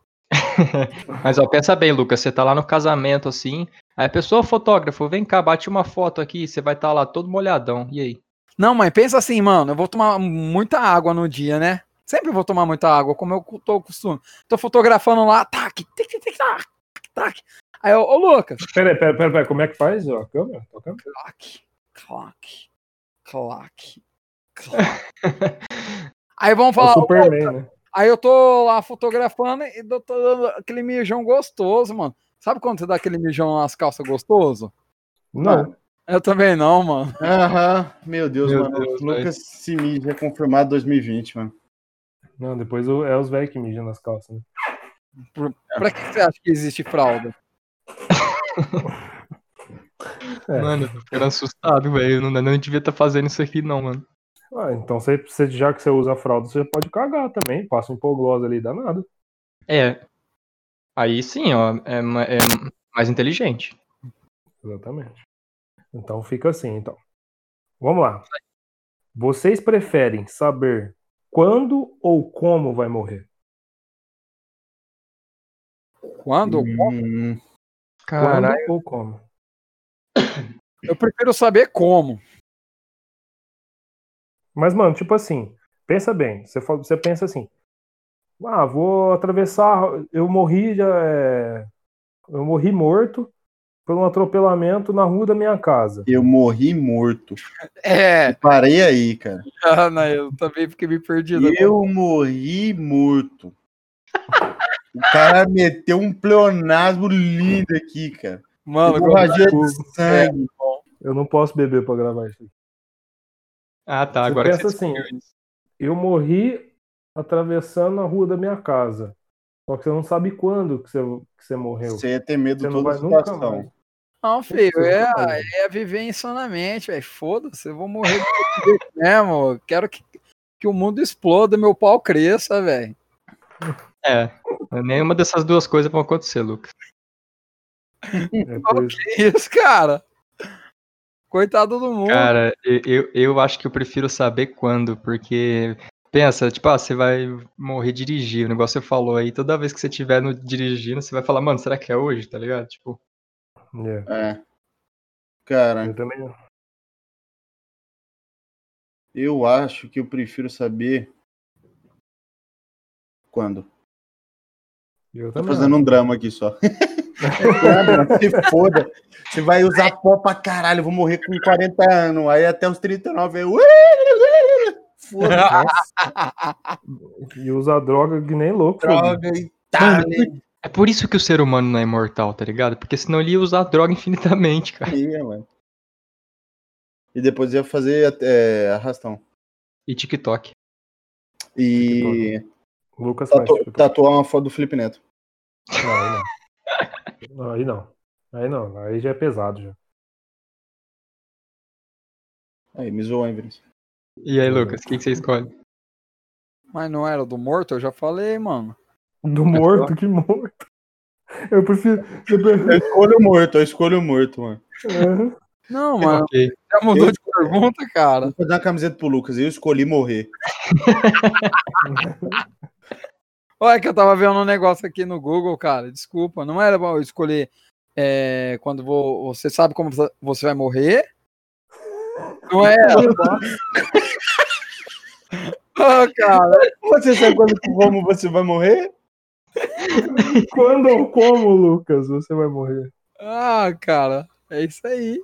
[SPEAKER 3] Mas ó, pensa bem, Lucas, você tá lá no casamento assim, aí a pessoa, fotógrafo, vem cá, bate uma foto aqui, você vai estar lá todo molhadão. E aí?
[SPEAKER 2] Não, mas pensa assim, mano, eu vou tomar muita água no dia, né? Sempre vou tomar muita água, como eu cu- tô costume. Tô fotografando lá, tac, tic, tic, tic, tac, tic, tac. Aí eu, ô Lucas,
[SPEAKER 4] Pera aí, pera, pera, pera, como é que faz? Ó, a câmera? Ó, a câmera.
[SPEAKER 2] clac, clac, clac, clac.
[SPEAKER 4] [LAUGHS]
[SPEAKER 2] Aí vamos
[SPEAKER 4] É o
[SPEAKER 2] falar,
[SPEAKER 4] Superman, né?
[SPEAKER 2] Aí eu tô lá fotografando e dou tô dando aquele mijão gostoso, mano. Sabe quando você dá aquele mijão nas calças gostoso?
[SPEAKER 4] Não,
[SPEAKER 2] Eu também não, mano.
[SPEAKER 1] Aham. Meu Deus,
[SPEAKER 3] Meu
[SPEAKER 1] mano.
[SPEAKER 3] Deus,
[SPEAKER 1] Lucas se mija confirmado 2020, mano.
[SPEAKER 4] não, depois o- é os velhos que mijam nas calças, né?
[SPEAKER 2] Pra que você acha que existe fralda?
[SPEAKER 4] É.
[SPEAKER 3] Mano, eu tô ficando assustado, velho. Não, não devia estar fazendo isso tá aqui, não, mano.
[SPEAKER 4] Ah, então você, você- já que você usa fralda, você pode cagar também. Passa um hipoglose ali, danado.
[SPEAKER 3] É. Aí sim, ó, é, ma- é mais inteligente.
[SPEAKER 4] Exatamente. Então fica assim, então. Vamos lá. Vocês preferem saber quando ou como vai morrer?
[SPEAKER 2] Quando?
[SPEAKER 1] Hum,
[SPEAKER 3] Caralho.
[SPEAKER 4] Quando ou como?
[SPEAKER 2] Eu prefiro saber como.
[SPEAKER 4] Mas, mano, tipo assim, pensa bem. Você, fala- você pensa assim. Ah, vou atravessar. Eu morri já. é, Eu morri morto por um atropelamento na rua da minha casa.
[SPEAKER 1] eu morri morto.
[SPEAKER 2] É,
[SPEAKER 1] Parei aí, cara.
[SPEAKER 2] [LAUGHS] ah, não, eu também fiquei meio perdido. agora.
[SPEAKER 1] Eu morri morto. O cara meteu um pleonasmo lindo aqui, cara.
[SPEAKER 2] Mano, agora-
[SPEAKER 1] Hemorragia de sangue.
[SPEAKER 4] Eu não posso beber pra gravar isso.
[SPEAKER 3] Ah, tá.
[SPEAKER 4] Você
[SPEAKER 3] Agora que
[SPEAKER 4] pensa
[SPEAKER 3] você descobriu
[SPEAKER 4] assim,
[SPEAKER 3] isso.
[SPEAKER 4] Eu morri atravessando a rua da minha casa. Só que você não sabe quando que você, que você morreu.
[SPEAKER 1] Você ia ter medo
[SPEAKER 4] É, Você
[SPEAKER 1] de
[SPEAKER 4] não
[SPEAKER 1] toda
[SPEAKER 4] vai nunca
[SPEAKER 1] situação.
[SPEAKER 4] mais.
[SPEAKER 2] não, filho, é,
[SPEAKER 4] Vai.
[SPEAKER 2] é viver insanamente, velho. Foda-se, eu vou morrer desse jeito mesmo. Quero que, que o mundo exploda, meu pau cresça, velho.
[SPEAKER 3] É. Nenhuma dessas duas coisas vão acontecer, Lucas.
[SPEAKER 4] Depois-
[SPEAKER 2] Que isso, cara? Coitado do mundo.
[SPEAKER 3] Cara, eu- eu, eu acho que eu prefiro saber quando, porque pensa, tipo, ah, você vai morrer dirigir, o negócio que você falou aí, toda vez que você estiver no, dirigindo, você vai falar, mano, será que é hoje, tá ligado? Tipo,
[SPEAKER 4] É,
[SPEAKER 1] É. Cara,
[SPEAKER 4] eu também-
[SPEAKER 1] eu acho que eu prefiro saber quando.
[SPEAKER 4] eu
[SPEAKER 1] Tô
[SPEAKER 4] também.
[SPEAKER 1] fazendo um drama aqui só. [LAUGHS] Ah, não, Se foda. Você vai usar pó pra caralho, eu vou morrer com 40 anos. Aí até os 39 eu. Foda,
[SPEAKER 4] E usar droga que nem louco. filho.
[SPEAKER 1] droga e tá, né?
[SPEAKER 3] é por isso que o ser humano não é imortal, tá ligado? Porque senão ele ia usar droga [LAUGHS] infinitamente, cara.
[SPEAKER 1] Ia, mano. E depois ia fazer é, arrastão.
[SPEAKER 3] E TikTok.
[SPEAKER 1] E
[SPEAKER 4] Lucas faz.
[SPEAKER 1] tatu-
[SPEAKER 4] tipo,
[SPEAKER 1] tatuar uma foto do Felipe Neto.
[SPEAKER 4] Não, aí não. Aí não. Aí não. Aí já é pesado já.
[SPEAKER 1] Aí, me zoou, hein, Vinícius?
[SPEAKER 3] E aí, Lucas, o que, que você escolhe?
[SPEAKER 2] Mas não era do morto? Eu já falei, mano.
[SPEAKER 4] Do morto, que morto. Eu prefiro. Você
[SPEAKER 1] Eu escolho morto, eu escolho morto, mano.
[SPEAKER 4] prefiro...
[SPEAKER 2] Não, mano,
[SPEAKER 3] Ok.
[SPEAKER 2] já mudou
[SPEAKER 1] Eu-
[SPEAKER 2] de pergunta, cara.
[SPEAKER 1] Vou fazer uma camiseta pro Lucas, eu escolhi morrer.
[SPEAKER 2] Olha que eu tava vendo um negócio aqui no Google, cara. Desculpa, não era bom eu escolher é, quando vou- você sabe como você vai morrer? Não é? Ah, cara,
[SPEAKER 1] Você sabe quando como você vai morrer?
[SPEAKER 4] Quando ou como, Lucas, você vai morrer?
[SPEAKER 2] ah, cara, é isso aí.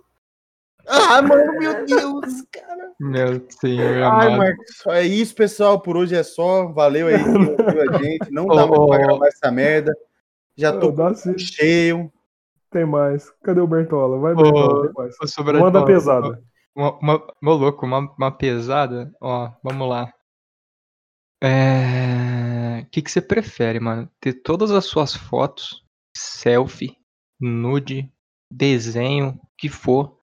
[SPEAKER 1] Ah, mano, meu Deus, cara.
[SPEAKER 3] Meu senhor
[SPEAKER 1] Ai,
[SPEAKER 3] amado.
[SPEAKER 1] Marcos, é isso, pessoal. Por hoje é só. Valeu aí que ouviu a gente. Não dá
[SPEAKER 3] Ô,
[SPEAKER 1] mais pra
[SPEAKER 3] ô.
[SPEAKER 1] gravar essa merda. Já
[SPEAKER 4] Ah,
[SPEAKER 1] tô
[SPEAKER 4] dá sim.
[SPEAKER 1] cheio.
[SPEAKER 4] Tem mais. Cadê o Bertola? Vai, Bertola,
[SPEAKER 3] Ô,
[SPEAKER 4] tem mais.
[SPEAKER 3] Ô, Sobradinho,
[SPEAKER 4] Manda pesada.
[SPEAKER 3] Uma, uma, meu louco, uma, uma pesada. Ó, vamos lá. É... O que, que você prefere, mano? Ter todas as suas fotos, selfie, nude, desenho, o que for,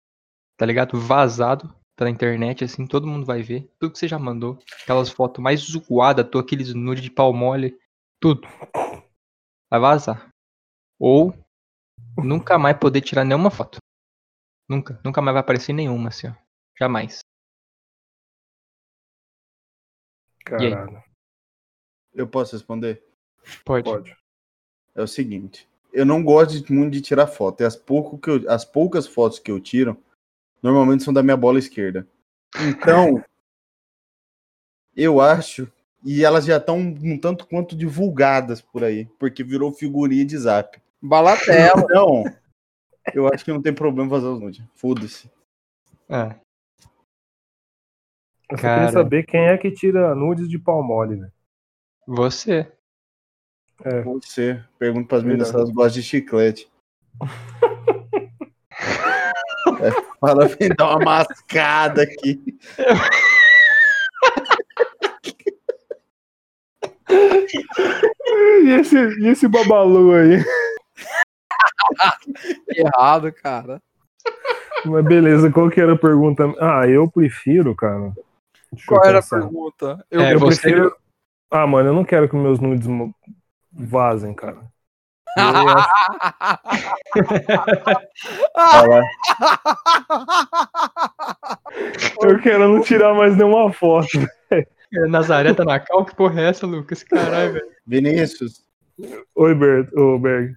[SPEAKER 3] tá ligado? Vazado pela internet, assim, todo mundo vai ver. Tudo que você já mandou. Aquelas fotos mais zoadas, tu, aqueles nude de pau mole, tudo. Vai vazar. Ou nunca mais poder tirar nenhuma foto. Nunca, nunca mais vai aparecer nenhuma, assim, ó. Jamais. aí?
[SPEAKER 4] Caralho,
[SPEAKER 1] Eu posso responder?
[SPEAKER 3] Pode.
[SPEAKER 4] pode.
[SPEAKER 1] É o seguinte. Eu não gosto de- muito de tirar foto. E as, pouco que eu- as poucas fotos que eu tiro, normalmente são da minha bola esquerda. Então, eu acho. E elas já estão um tanto quanto divulgadas por aí. Porque virou figurinha de zap. [LAUGHS]
[SPEAKER 2] Balatela.
[SPEAKER 1] Então, eu acho que não tem problema vazar os nudes. Foda-se.
[SPEAKER 3] É.
[SPEAKER 4] Eu só
[SPEAKER 3] Cara.
[SPEAKER 4] queria saber quem é que tira nudes de pau mole, né? velho.
[SPEAKER 3] Você.
[SPEAKER 1] Você. Pergunta pras
[SPEAKER 4] Verdade.
[SPEAKER 1] meninas se elas gostam de chiclete. é, fala, vem dar uma mascada aqui.
[SPEAKER 4] E esse, e esse babalu aí?
[SPEAKER 2] Errado, cara.
[SPEAKER 4] Mas beleza, qual que era a pergunta? Ah, eu prefiro, cara. Deixa eu
[SPEAKER 2] Qual era a
[SPEAKER 4] pensar.
[SPEAKER 2] pergunta? Eu,
[SPEAKER 3] É,
[SPEAKER 4] Eu
[SPEAKER 3] você-
[SPEAKER 4] prefiro. Ah, mano, eu não quero que meus nudes mo- vazem, cara.
[SPEAKER 3] [LAUGHS]
[SPEAKER 4] Eu acho-
[SPEAKER 1] Ah, lá.
[SPEAKER 4] Eu quero não tirar mais nenhuma foto. [LAUGHS]
[SPEAKER 3] É, Nazaré tá na cal? Que porra é essa, Lucas? Caralho, velho.
[SPEAKER 1] Vinícius,
[SPEAKER 4] Oi, Bert, ô, Berg.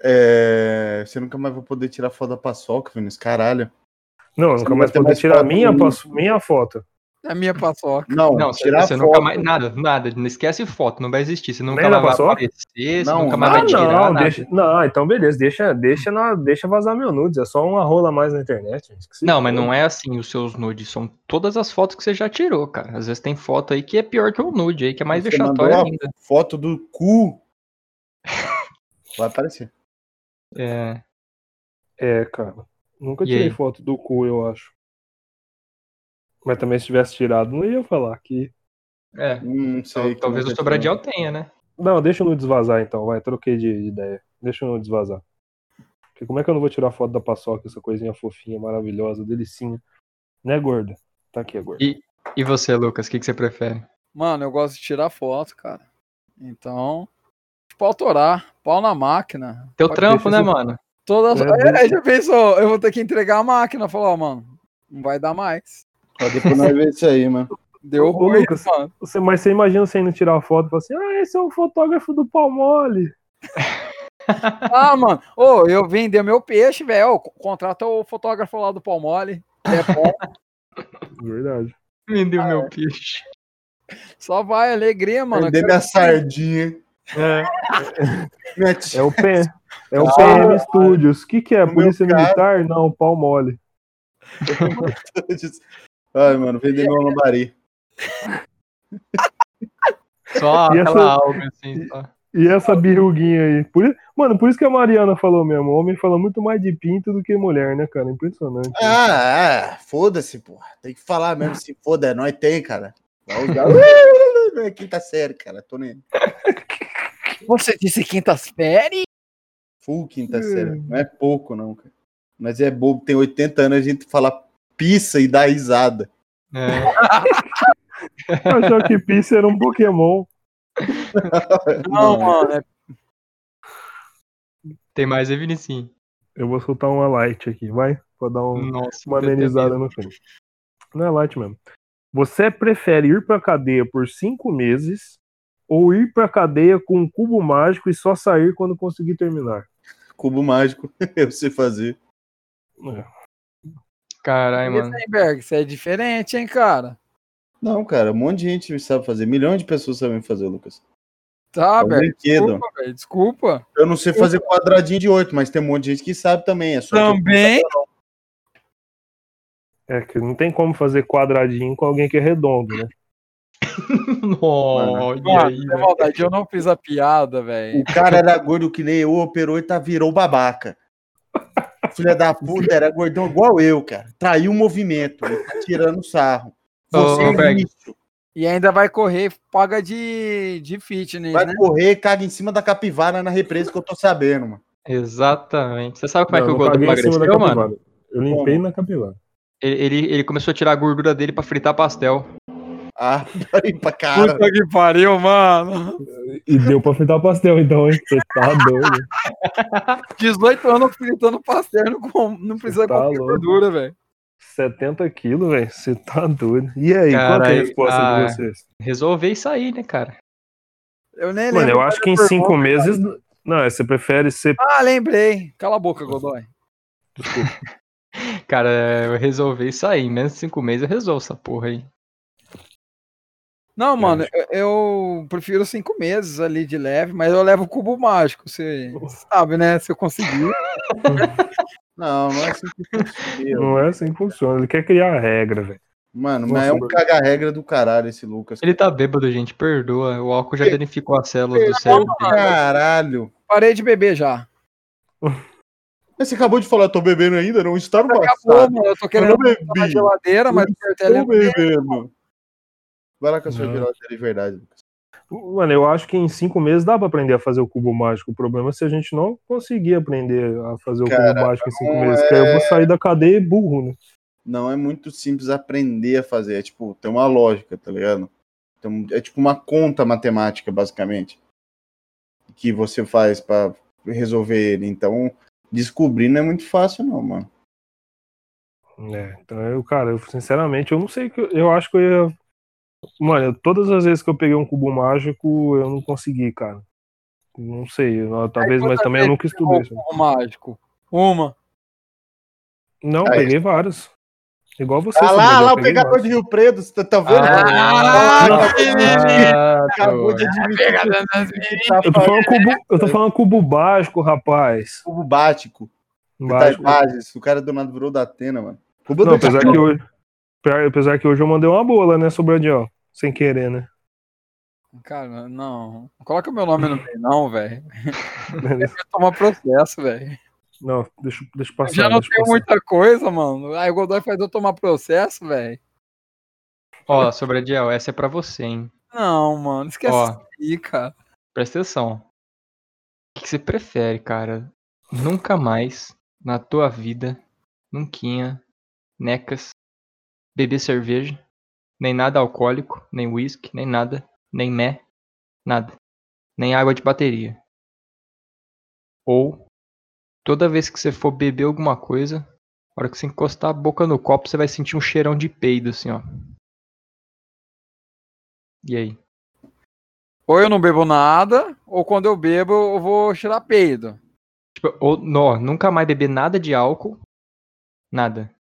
[SPEAKER 1] é, você nunca mais vai poder tirar foto da paçoca, Vinícius. Caralho.
[SPEAKER 4] Não, eu
[SPEAKER 1] Você
[SPEAKER 4] nunca
[SPEAKER 1] não
[SPEAKER 4] mais
[SPEAKER 1] vai ter
[SPEAKER 4] poder
[SPEAKER 1] mais
[SPEAKER 4] tirar
[SPEAKER 1] foto
[SPEAKER 4] minha,
[SPEAKER 1] nenhuma.
[SPEAKER 4] passo- minha foto.
[SPEAKER 2] A minha paçoca.
[SPEAKER 1] Não,
[SPEAKER 3] Não, você,
[SPEAKER 1] tirar
[SPEAKER 3] você
[SPEAKER 1] foto.
[SPEAKER 3] nunca mais. Nada, nada. Não esquece foto, não vai existir. Você nunca
[SPEAKER 4] Nem na
[SPEAKER 3] mais vai
[SPEAKER 4] paçoca?
[SPEAKER 3] aparecer, você
[SPEAKER 1] Não,
[SPEAKER 3] nunca
[SPEAKER 1] Ah,
[SPEAKER 3] mais vai tirar.
[SPEAKER 4] não,
[SPEAKER 3] nada.
[SPEAKER 4] deixa, não, então beleza, deixa, deixa, na- deixa vazar meu nudes, é só uma rola a mais na internet. gente, que se
[SPEAKER 3] Não, mas
[SPEAKER 4] foda.
[SPEAKER 3] não é assim os seus nudes, são todas as fotos que você já tirou, cara. Às vezes tem foto aí que é pior que o nude aí, que é mais
[SPEAKER 1] Você
[SPEAKER 3] vexatório
[SPEAKER 1] mandou a
[SPEAKER 3] ainda.
[SPEAKER 1] Foto do cu. Vai aparecer.
[SPEAKER 3] É,
[SPEAKER 4] É, cara, nunca
[SPEAKER 3] E
[SPEAKER 4] tirei
[SPEAKER 3] aí?
[SPEAKER 4] foto do cu, eu acho. Mas também se tivesse tirado, não ia falar que...
[SPEAKER 3] é.
[SPEAKER 1] Hum, não sei
[SPEAKER 3] Tal- talvez
[SPEAKER 1] como
[SPEAKER 3] o
[SPEAKER 1] é que é.
[SPEAKER 3] Sobradial tenha, né?
[SPEAKER 4] Não, deixa o nudes vazar então, vai, troquei de de ideia, deixa o nudes vazar. Porque como é que eu não vou tirar foto da paçoca, essa coisinha fofinha, maravilhosa, delicinha, né, gorda? Tá aqui, gorda.
[SPEAKER 3] E você, Lucas, o que, que você prefere?
[SPEAKER 2] Mano, eu gosto de tirar foto, cara. Então, tipo, autorar, pau na máquina.
[SPEAKER 3] Teu
[SPEAKER 2] Pode
[SPEAKER 3] trampo, né,
[SPEAKER 2] deixar-
[SPEAKER 3] mano?
[SPEAKER 2] Todas.
[SPEAKER 4] É,
[SPEAKER 2] É, já pensou, eu vou ter que entregar a máquina. Falar, ó, mano, não vai dar mais.
[SPEAKER 1] Ó, Depois nós vemos isso aí, mano.
[SPEAKER 2] Deu
[SPEAKER 4] Ô,
[SPEAKER 2] ruim,
[SPEAKER 4] Lucas.
[SPEAKER 2] mano.
[SPEAKER 4] Você, mas você imagina você indo tirar foto e falar assim, ah, esse é o fotógrafo do Palmole.
[SPEAKER 2] Ah, mano, ô, eu vender meu peixe, velho. Ô, co- Contrata o fotógrafo lá do Palmole. É [LAUGHS] bom.
[SPEAKER 4] Verdade.
[SPEAKER 3] Vendeu
[SPEAKER 1] Ah, é.
[SPEAKER 3] meu peixe.
[SPEAKER 2] Só vai, alegria, mano. é
[SPEAKER 1] Vender
[SPEAKER 2] Eu
[SPEAKER 1] minha
[SPEAKER 2] quero-
[SPEAKER 1] sardinha.
[SPEAKER 4] É.
[SPEAKER 1] Minha tia.
[SPEAKER 4] É o, P... é o
[SPEAKER 1] Ah,
[SPEAKER 4] PM Studios. O que, que é?
[SPEAKER 1] meu
[SPEAKER 4] Polícia
[SPEAKER 1] cara.
[SPEAKER 4] Militar? Não, pau mole.
[SPEAKER 1] [LAUGHS] Ai, mano, vender meu lambari.
[SPEAKER 3] Só
[SPEAKER 4] [LAUGHS] E
[SPEAKER 3] aquela
[SPEAKER 4] essa-
[SPEAKER 3] alga, assim, só.
[SPEAKER 4] E essa birruguinha aí. Por... i- Mano, por isso que a Mariana falou mesmo. Homem fala muito mais de pinto do que mulher, né, cara? Impressionante.
[SPEAKER 1] Ah, ah, foda-se, porra. Tem que falar mesmo se foda, é nós tem, cara. Vai usar- [LAUGHS] É Quinta série, cara. Tô nem.
[SPEAKER 2] Você disse quintas-férias?
[SPEAKER 1] Full quinta série. Não é pouco, não, cara. Mas é bobo, tem 80 anos a gente fala pissa e dá risada.
[SPEAKER 3] É.
[SPEAKER 4] Eu achava que Pisse era um Pokémon.
[SPEAKER 2] Não, mano. é-
[SPEAKER 3] Tem mais aí, Vinicinho.
[SPEAKER 4] Eu vou soltar uma light aqui, vai? Pra dar um...
[SPEAKER 3] Nossa,
[SPEAKER 4] uma
[SPEAKER 3] Hum, eu
[SPEAKER 4] amenizada no filme. Não é light mesmo. Você prefere ir pra cadeia por cinco meses ou ir pra cadeia com um cubo mágico e só sair quando conseguir terminar?
[SPEAKER 1] Cubo mágico, [LAUGHS] eu sei fazer.
[SPEAKER 3] tenho- Caralho,
[SPEAKER 2] Isso
[SPEAKER 3] mano.
[SPEAKER 2] aí, Berg, você é diferente, hein, cara?
[SPEAKER 1] Não, cara, um monte de gente sabe fazer. Milhões de pessoas sabem fazer, Lucas.
[SPEAKER 2] Tá,
[SPEAKER 1] É um
[SPEAKER 2] Berg.
[SPEAKER 1] brinquedo.
[SPEAKER 2] Desculpa, velho. Desculpa.
[SPEAKER 1] Eu não sei fazer quadradinho de 8, mas tem um monte de gente que sabe também. É só que eu
[SPEAKER 2] Também.
[SPEAKER 4] É que não tem como fazer quadradinho com alguém que é redondo, né?
[SPEAKER 3] [LAUGHS] Nossa, e
[SPEAKER 2] Mano,
[SPEAKER 3] aí,
[SPEAKER 2] sem
[SPEAKER 3] velho?
[SPEAKER 2] maldade, eu não fiz a piada, velho.
[SPEAKER 1] O cara era gordo que nem eu, operou e tá, virou babaca. [LAUGHS] Filha da puta, era gordão igual eu, cara. Traiu o movimento, ele tá tirando sarro. Você
[SPEAKER 3] Ô,
[SPEAKER 1] é
[SPEAKER 3] Berg.
[SPEAKER 1] lixo.
[SPEAKER 2] E ainda vai correr, paga de, de fitness,
[SPEAKER 1] Vai
[SPEAKER 2] né?
[SPEAKER 1] correr e caga em cima da capivara na represa que eu tô sabendo, mano.
[SPEAKER 3] Exatamente. Você sabe como é que
[SPEAKER 4] Não,
[SPEAKER 3] o
[SPEAKER 4] eu
[SPEAKER 3] Godot
[SPEAKER 4] caguei em cima da
[SPEAKER 3] emagreceu, mano?
[SPEAKER 4] capivara. Eu limpei na capivara.
[SPEAKER 3] Ele, ele, ele começou a tirar a gordura dele pra fritar pastel.
[SPEAKER 1] Ah, [LAUGHS] peraí pra cara.
[SPEAKER 2] que pariu, mano.
[SPEAKER 4] E deu pra fritar pastel, então, hein? Você tá doido.
[SPEAKER 2] 18 anos fritando pastel, não, com- não precisa
[SPEAKER 4] Tá
[SPEAKER 2] comprar
[SPEAKER 4] louco.
[SPEAKER 2] gordura, velho.
[SPEAKER 4] 70 quilos, velho. Você tá doido. E aí, qual que é a
[SPEAKER 3] Caralho,
[SPEAKER 4] resposta
[SPEAKER 3] ah,
[SPEAKER 4] de vocês?
[SPEAKER 3] Resolver isso aí, né, cara?
[SPEAKER 2] Eu nem
[SPEAKER 1] é
[SPEAKER 4] Mano,
[SPEAKER 2] lembro.
[SPEAKER 4] eu
[SPEAKER 2] qual
[SPEAKER 4] acho
[SPEAKER 2] era
[SPEAKER 4] que em
[SPEAKER 2] a
[SPEAKER 4] cinco
[SPEAKER 2] pergunta.
[SPEAKER 4] meses.
[SPEAKER 1] né?
[SPEAKER 4] Não, é, você prefere ser.
[SPEAKER 2] Ah, lembrei. Cala a boca, Godoy.
[SPEAKER 4] Desculpa.
[SPEAKER 3] Cara, eu resolver isso aí. Em menos de cinco meses eu resolvo essa porra aí.
[SPEAKER 2] Não, mano, eu, eu prefiro cinco meses ali de leve, mas eu levo o cubo mágico, você sabe, né? Se eu conseguir.
[SPEAKER 1] Não, não é assim que funciona.
[SPEAKER 4] Não é assim que funciona. Ele quer criar a regra, velho.
[SPEAKER 1] Mano, mas
[SPEAKER 4] Nossa,
[SPEAKER 1] é um
[SPEAKER 4] Berg.
[SPEAKER 1] caga-regra do caralho esse Lucas.
[SPEAKER 3] Ele tá bêbado, gente, perdoa. O álcool já danificou as células
[SPEAKER 2] Ah,
[SPEAKER 3] do cérebro.
[SPEAKER 1] Caralho.
[SPEAKER 2] Parei de beber já.
[SPEAKER 1] Mas você acabou de falar, eu tô bebendo ainda? Não está no
[SPEAKER 2] Acabou,
[SPEAKER 1] passado.
[SPEAKER 2] mano. Eu tô
[SPEAKER 1] Eu
[SPEAKER 2] querendo
[SPEAKER 1] não
[SPEAKER 2] botar na
[SPEAKER 1] bebi. Eu
[SPEAKER 2] geladeira, mas o cartel é
[SPEAKER 1] Tô bebendo. Vai lá com a sua
[SPEAKER 4] Não.
[SPEAKER 1] geladeira de verdade, Lucas.
[SPEAKER 4] Mano, eu acho que em cinco meses dá pra aprender a fazer o cubo mágico. O problema é se a gente não conseguir aprender a fazer o
[SPEAKER 1] Cara,
[SPEAKER 4] cubo mágico em cinco
[SPEAKER 1] não é
[SPEAKER 4] meses. Que aí eu vou sair da cadeia e burro, né?
[SPEAKER 1] não é muito simples aprender a fazer. É tipo, tem uma lógica, tá ligado? Então, é tipo uma conta matemática, basicamente, que você faz pra resolver ele. Então, descobrir não é muito fácil, não, mano.
[SPEAKER 4] É, então eu, cara, eu sinceramente, eu não sei que eu, eu acho que eu ia. Mano, eu- todas as vezes que eu peguei um cubo mágico, eu não consegui, cara. Não sei, eu- talvez, mas
[SPEAKER 2] quantas
[SPEAKER 4] também eu
[SPEAKER 2] vezes
[SPEAKER 4] nunca
[SPEAKER 2] Pegou
[SPEAKER 4] estudei.
[SPEAKER 2] o cubo mágico. Uma.
[SPEAKER 4] Não,
[SPEAKER 1] Aí.
[SPEAKER 4] peguei vários. Igual você.
[SPEAKER 1] Ah lá,
[SPEAKER 4] Samuel,
[SPEAKER 1] lá,
[SPEAKER 4] eu
[SPEAKER 1] o
[SPEAKER 4] peguei
[SPEAKER 1] pegador de
[SPEAKER 4] vários.
[SPEAKER 1] Rio Preto, você tá vendo?
[SPEAKER 2] Ah,
[SPEAKER 3] [LAUGHS]
[SPEAKER 4] não.
[SPEAKER 1] que
[SPEAKER 3] Ah,
[SPEAKER 1] Acabou de
[SPEAKER 3] tô-
[SPEAKER 1] admitir que
[SPEAKER 2] né?
[SPEAKER 4] Eu tô falando cubo, eu tô falando cubo básico, rapaz.
[SPEAKER 1] cubo bático.
[SPEAKER 4] Básico.
[SPEAKER 1] Bages, o cara do nada virou da Atena, mano. Cubo
[SPEAKER 4] Não,
[SPEAKER 1] do
[SPEAKER 4] apesar que hoje, apesar- apesar que hoje eu mandei uma bola, né, Sobradiel? Sem querer, né?
[SPEAKER 2] Cara, não. Não coloca meu nome no meio, não, velho. Vai tomar processo, velho.
[SPEAKER 4] Não, deixa, deixa eu
[SPEAKER 2] Eu
[SPEAKER 4] passar.
[SPEAKER 2] Já não
[SPEAKER 4] deixa eu
[SPEAKER 2] tenho
[SPEAKER 4] passar.
[SPEAKER 2] muita coisa, mano. Aí o Godoy faz eu tomar processo, velho.
[SPEAKER 3] Ó, Sobradiel, essa é pra você, hein?
[SPEAKER 2] Não, mano. Esquece
[SPEAKER 3] Ó.
[SPEAKER 2] isso aí, cara.
[SPEAKER 3] Presta atenção. O que que você prefere, cara? Nunca mais, na tua vida, nunquinha, necas, beber cerveja, nem nada alcoólico, nem uísque, nem nada, nem mé, nada. Nem água de bateria. Ou, toda vez que você for beber alguma coisa, na hora que você encostar a boca no copo, você vai sentir um cheirão de peido, assim, ó. E aí?
[SPEAKER 2] Ou eu não bebo nada, ou quando eu bebo, eu vou tirar peido.
[SPEAKER 3] Tipo, ou, nó, nunca mais beber nada de álcool. Nada.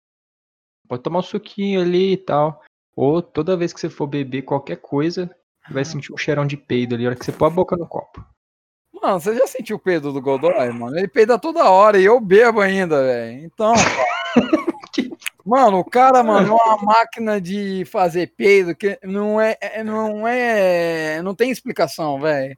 [SPEAKER 3] Pode tomar um suquinho ali e tal. Ou toda vez que você for beber qualquer coisa, você vai sentir um cheirão de peido ali, a hora que você pôr a boca no copo.
[SPEAKER 2] Mano, você já sentiu o peido do Godoy, mano? Ele peida toda hora e eu bebo ainda, velho. Então. [LAUGHS] mano, o cara, mano, é uma máquina de fazer peido que não é. é- Não é. Não tem explicação, velho.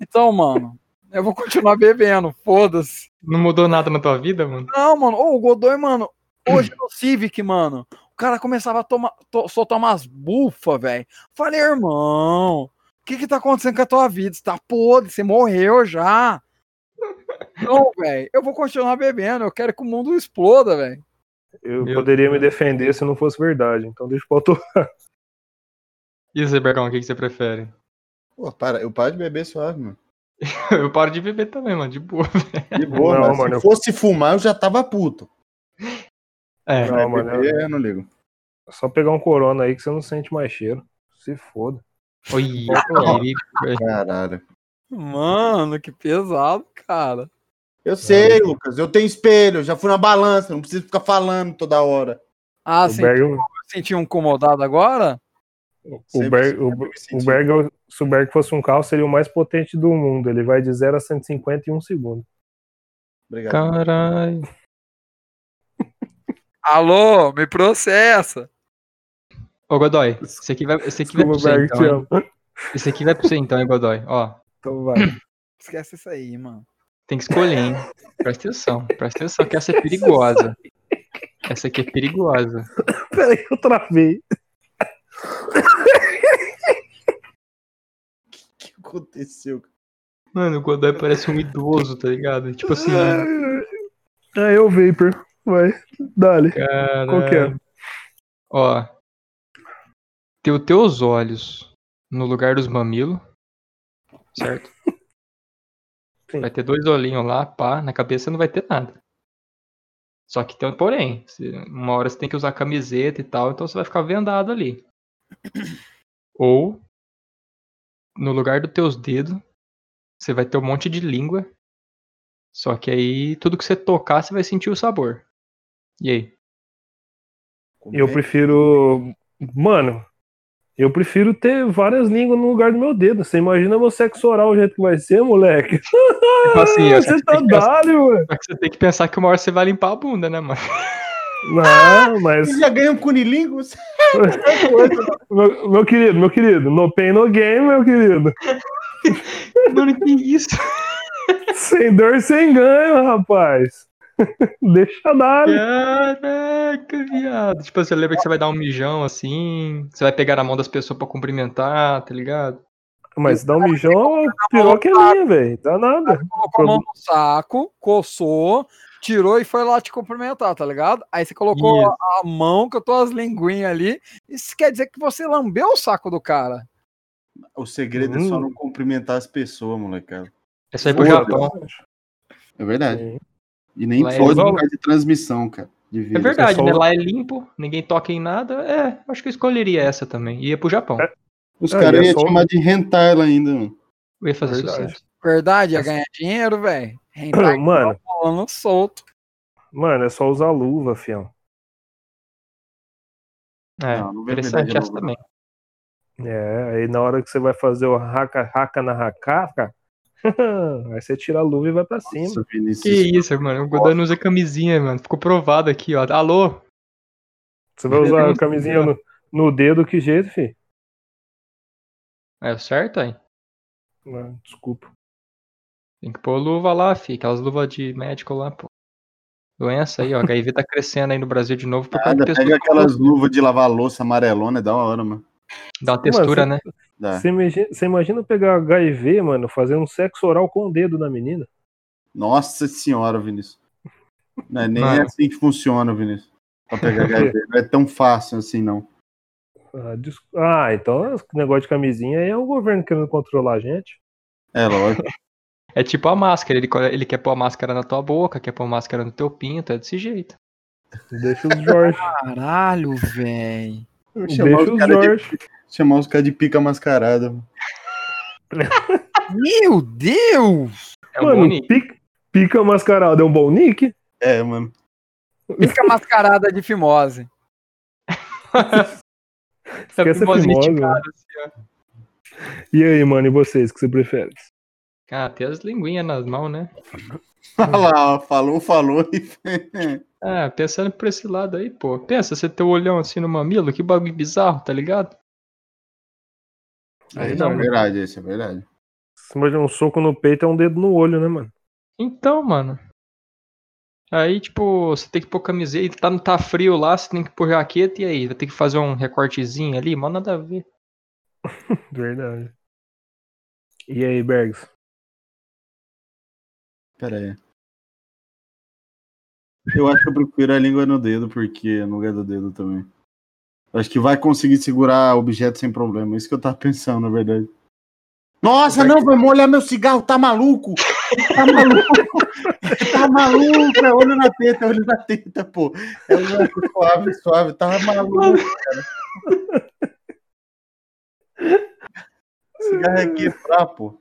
[SPEAKER 2] Então, mano, eu vou continuar bebendo, foda-se.
[SPEAKER 3] Não mudou nada na tua vida, mano?
[SPEAKER 2] Não, mano, ô, o Godoy, mano, hoje no Civic, mano, o cara começava a tomar, to- soltar umas bufas, velho. Falei, irmão, o que que tá acontecendo com a tua vida? Você tá podre, você morreu já. Não, [LAUGHS] velho, eu vou continuar bebendo, eu quero que o mundo exploda, velho.
[SPEAKER 4] Eu
[SPEAKER 3] Meu
[SPEAKER 4] poderia me defender se não fosse verdade. Então deixa pra outro.
[SPEAKER 3] E você, Bergão, o que, que você prefere? [LAUGHS]
[SPEAKER 1] Pô, para, eu paro de beber suave, mano.
[SPEAKER 3] Eu paro de beber também, mano, de boa.
[SPEAKER 1] De boa,
[SPEAKER 4] Não,
[SPEAKER 1] mano.
[SPEAKER 4] mano,
[SPEAKER 1] Se
[SPEAKER 4] eu-
[SPEAKER 1] fosse fumar, eu já tava puto.
[SPEAKER 3] É,
[SPEAKER 4] Não, mano.
[SPEAKER 1] Beber, eu não ligo.
[SPEAKER 4] É só pegar um corona aí que você não sente mais cheiro. Se foda.
[SPEAKER 3] Oi,
[SPEAKER 4] Não.
[SPEAKER 3] perigo, velho.
[SPEAKER 1] Caralho.
[SPEAKER 2] Mano, que pesado, cara.
[SPEAKER 4] Tá.
[SPEAKER 1] Eu sei, Lucas. Eu tenho espelho, eu já fui na balança, não preciso ficar falando toda hora.
[SPEAKER 2] Ah,
[SPEAKER 4] o
[SPEAKER 2] senti,
[SPEAKER 4] Berg,
[SPEAKER 2] senti um incomodado agora?
[SPEAKER 4] o
[SPEAKER 1] Sempre-
[SPEAKER 4] Berg, o,
[SPEAKER 1] sempre me é senti.
[SPEAKER 4] o Berg, se o Berg fosse um carro, seria o mais potente do mundo. Ele vai de 0 a 150 em um segundo.
[SPEAKER 1] Obrigado.
[SPEAKER 3] Caralho.
[SPEAKER 2] Alô, me processa.
[SPEAKER 3] Ô, Godoy, esse aqui vai, esse aqui vai
[SPEAKER 4] Desculpa,
[SPEAKER 3] pra você,
[SPEAKER 4] Berg,
[SPEAKER 3] então,
[SPEAKER 4] te
[SPEAKER 3] hein?
[SPEAKER 4] amo. [LAUGHS]
[SPEAKER 3] Esse aqui vai pra você, então, hein, Godoy? Ó,
[SPEAKER 4] Então vai.
[SPEAKER 2] Esquece isso aí, mano.
[SPEAKER 3] Tem que escolher, hein? Presta atenção, presta atenção que essa é perigosa. Essa aqui é perigosa.
[SPEAKER 4] Peraí, eu travei.
[SPEAKER 1] O que aconteceu?
[SPEAKER 3] Mano, o Godoy parece um idoso, tá ligado? Tipo assim,
[SPEAKER 4] Ah, eu vapor. Vai. Dale.
[SPEAKER 3] cara.
[SPEAKER 4] Qual que é?
[SPEAKER 3] Ó. Ter os teus olhos no lugar dos mamilos, certo?
[SPEAKER 4] [LAUGHS] Sim.
[SPEAKER 3] Vai ter dois olhinhos lá, pá, na cabeça não vai ter nada. Só que tem um porém, se- uma hora você tem que usar camiseta e tal, então você vai ficar vendado ali. Ou, no lugar dos teus dedos, você vai ter um monte de língua, só que aí tudo que você tocar, você vai sentir o sabor. E aí?
[SPEAKER 4] Eu prefiro. Mano, eu prefiro ter várias línguas no lugar do meu dedo. Você imagina meu sexo oral o jeito que vai ser, moleque?
[SPEAKER 3] Tipo assim, ó,
[SPEAKER 4] você tá
[SPEAKER 3] tem que pensar-
[SPEAKER 4] dado, mano.
[SPEAKER 3] Só que você tem que pensar que uma hora você vai limpar a bunda, né, mano?
[SPEAKER 4] Não, mas.
[SPEAKER 1] Você já ganha um
[SPEAKER 4] [LAUGHS]
[SPEAKER 1] cunilingo? Você-
[SPEAKER 4] meu, meu querido, meu querido, no pain no game, meu querido.
[SPEAKER 3] [LAUGHS] Mano, que isso?
[SPEAKER 4] Sem dor, sem ganho, rapaz. [LAUGHS] Deixa dar.
[SPEAKER 3] Caraca, viado. Tipo, você lembra que você vai dar um mijão assim, você vai pegar a mão das pessoas pra cumprimentar, tá ligado?
[SPEAKER 4] Mas dá um mijão, piroca é minha, velho. Dá nada.
[SPEAKER 2] Colocou a mão no saco, coçou, tirou e foi lá te cumprimentar, tá ligado? Aí você colocou
[SPEAKER 3] Isso.
[SPEAKER 2] a mão, que eu tô as linguinhas ali. Isso quer dizer que você lambeu o saco do cara.
[SPEAKER 1] O segredo
[SPEAKER 4] Hum.
[SPEAKER 1] é só não cumprimentar as pessoas, molecada.
[SPEAKER 3] É só ir pro Japão.
[SPEAKER 1] É verdade.
[SPEAKER 4] Então,
[SPEAKER 1] E nem
[SPEAKER 3] Lá é
[SPEAKER 1] pode
[SPEAKER 3] igual-
[SPEAKER 1] por causa de transmissão, cara. De
[SPEAKER 3] É
[SPEAKER 1] vírus.
[SPEAKER 3] verdade,
[SPEAKER 4] só-
[SPEAKER 3] né? Lá é limpo, ninguém toca em nada. É, acho que eu escolheria essa também. Ia pro Japão.
[SPEAKER 1] Os
[SPEAKER 4] É,
[SPEAKER 1] caras
[SPEAKER 4] e é
[SPEAKER 1] iam
[SPEAKER 4] só-
[SPEAKER 1] chamar de rentar lá ainda, mano.
[SPEAKER 3] Eu ia fazer
[SPEAKER 4] Verdade.
[SPEAKER 3] sucesso.
[SPEAKER 2] Verdade, ia ganhar dinheiro, velho.
[SPEAKER 4] [CLEARS THROAT]
[SPEAKER 2] Rentar
[SPEAKER 4] Mano,
[SPEAKER 2] falando solto.
[SPEAKER 4] mano, é só usar luva, fião.
[SPEAKER 3] É,
[SPEAKER 1] Ah, Não, não vem
[SPEAKER 3] interessante
[SPEAKER 1] vender de
[SPEAKER 3] essa
[SPEAKER 1] novo,
[SPEAKER 3] também.
[SPEAKER 4] É, aí na hora que você vai fazer o raca raca [LAUGHS] na racaca, aí você tira a luva e vai pra cima.
[SPEAKER 1] Nossa, Vinícius.
[SPEAKER 3] Que isso, mano. O Godan usa camisinha, mano. Ficou provado aqui, ó. Alô?
[SPEAKER 4] Você vai
[SPEAKER 1] [LAUGHS]
[SPEAKER 4] usar a camisinha no, no dedo, que jeito, fi?
[SPEAKER 3] É certo aí?
[SPEAKER 4] Ah, Desculpa.
[SPEAKER 3] Tem que pôr luva lá, fi. Aquelas luvas de médico lá, pô. Doença aí, ó. HIV tá crescendo aí no Brasil de novo por causa
[SPEAKER 1] Nada,
[SPEAKER 3] de
[SPEAKER 1] pega
[SPEAKER 3] textura.
[SPEAKER 1] aquelas luvas de lavar louça amarelona, é da hora, mano.
[SPEAKER 3] Dá uma textura,
[SPEAKER 1] tá
[SPEAKER 3] né?
[SPEAKER 1] Dá.
[SPEAKER 4] Você imagina, você imagina pegar HIV, mano, fazer um sexo oral com o dedo na menina?
[SPEAKER 1] Nossa senhora, Vinícius. Não é nem
[SPEAKER 3] Mano.
[SPEAKER 1] assim que funciona, Vinícius. Pra
[SPEAKER 3] [LAUGHS]
[SPEAKER 1] pegar HIV. Não é tão fácil assim, não.
[SPEAKER 4] Ah, des- ah, então esse negócio de camisinha aí é o governo querendo controlar a gente.
[SPEAKER 1] É lógico.
[SPEAKER 3] É tipo a máscara. Ele, co- ele quer pôr a máscara na tua boca, quer pôr a máscara no teu pinto. É desse jeito.
[SPEAKER 4] Deixa os
[SPEAKER 1] [LAUGHS]
[SPEAKER 4] Jorge.
[SPEAKER 2] Caralho, velho.
[SPEAKER 1] chamar
[SPEAKER 4] deixa
[SPEAKER 1] os
[SPEAKER 4] os
[SPEAKER 1] cara de-
[SPEAKER 4] Jorge.
[SPEAKER 1] Chamar os caras de pica mascarada. mano.
[SPEAKER 2] Meu Deus!
[SPEAKER 3] É um
[SPEAKER 4] Mano,
[SPEAKER 3] boni.
[SPEAKER 4] pica, pica mascarado é um bom nick?
[SPEAKER 1] É, mano. [LAUGHS]
[SPEAKER 2] Fica mascarada de fimose.
[SPEAKER 3] Tá com
[SPEAKER 4] esquece a
[SPEAKER 3] vozinha
[SPEAKER 4] fimose,
[SPEAKER 3] esticada,
[SPEAKER 1] né?
[SPEAKER 3] assim, ó.
[SPEAKER 4] [LAUGHS] E aí, mano, e vocês, o que você prefere?
[SPEAKER 3] Ah, tem as linguinhas nas mãos, né?
[SPEAKER 1] Olha lá, ó, falou, um falou e
[SPEAKER 3] Ah, pensando por esse lado aí, pô. Pensa, você ter o olhão assim no mamilo, que bagulho bizarro, tá ligado? Aí
[SPEAKER 1] Isso
[SPEAKER 3] não, né?
[SPEAKER 1] é
[SPEAKER 3] mano.
[SPEAKER 1] verdade, isso é verdade.
[SPEAKER 4] Você imagina um soco no peito é um dedo no olho, né, mano?
[SPEAKER 3] Então, mano. Aí, tipo, você tem que pôr camiseta, tá, tá frio lá, você tem que pôr jaqueta, e aí? Vai ter que fazer um recortezinho ali? Mal nada a ver.
[SPEAKER 4] Verdade. E aí, Bergs?
[SPEAKER 1] Pera aí. Eu acho que eu prefiro a língua no dedo, porque no lugar do dedo também. Eu Acho que vai conseguir segurar objeto sem problema. Isso que eu tava pensando, na verdade. Nossa, não, vai molhar meu cigarro, tá maluco? Tá maluco? tá maluco? É olho na teta, é olho na teta, pô. É olho na teta, suave, suave, tá maluco, cara. Cigarro é quebrar, pô.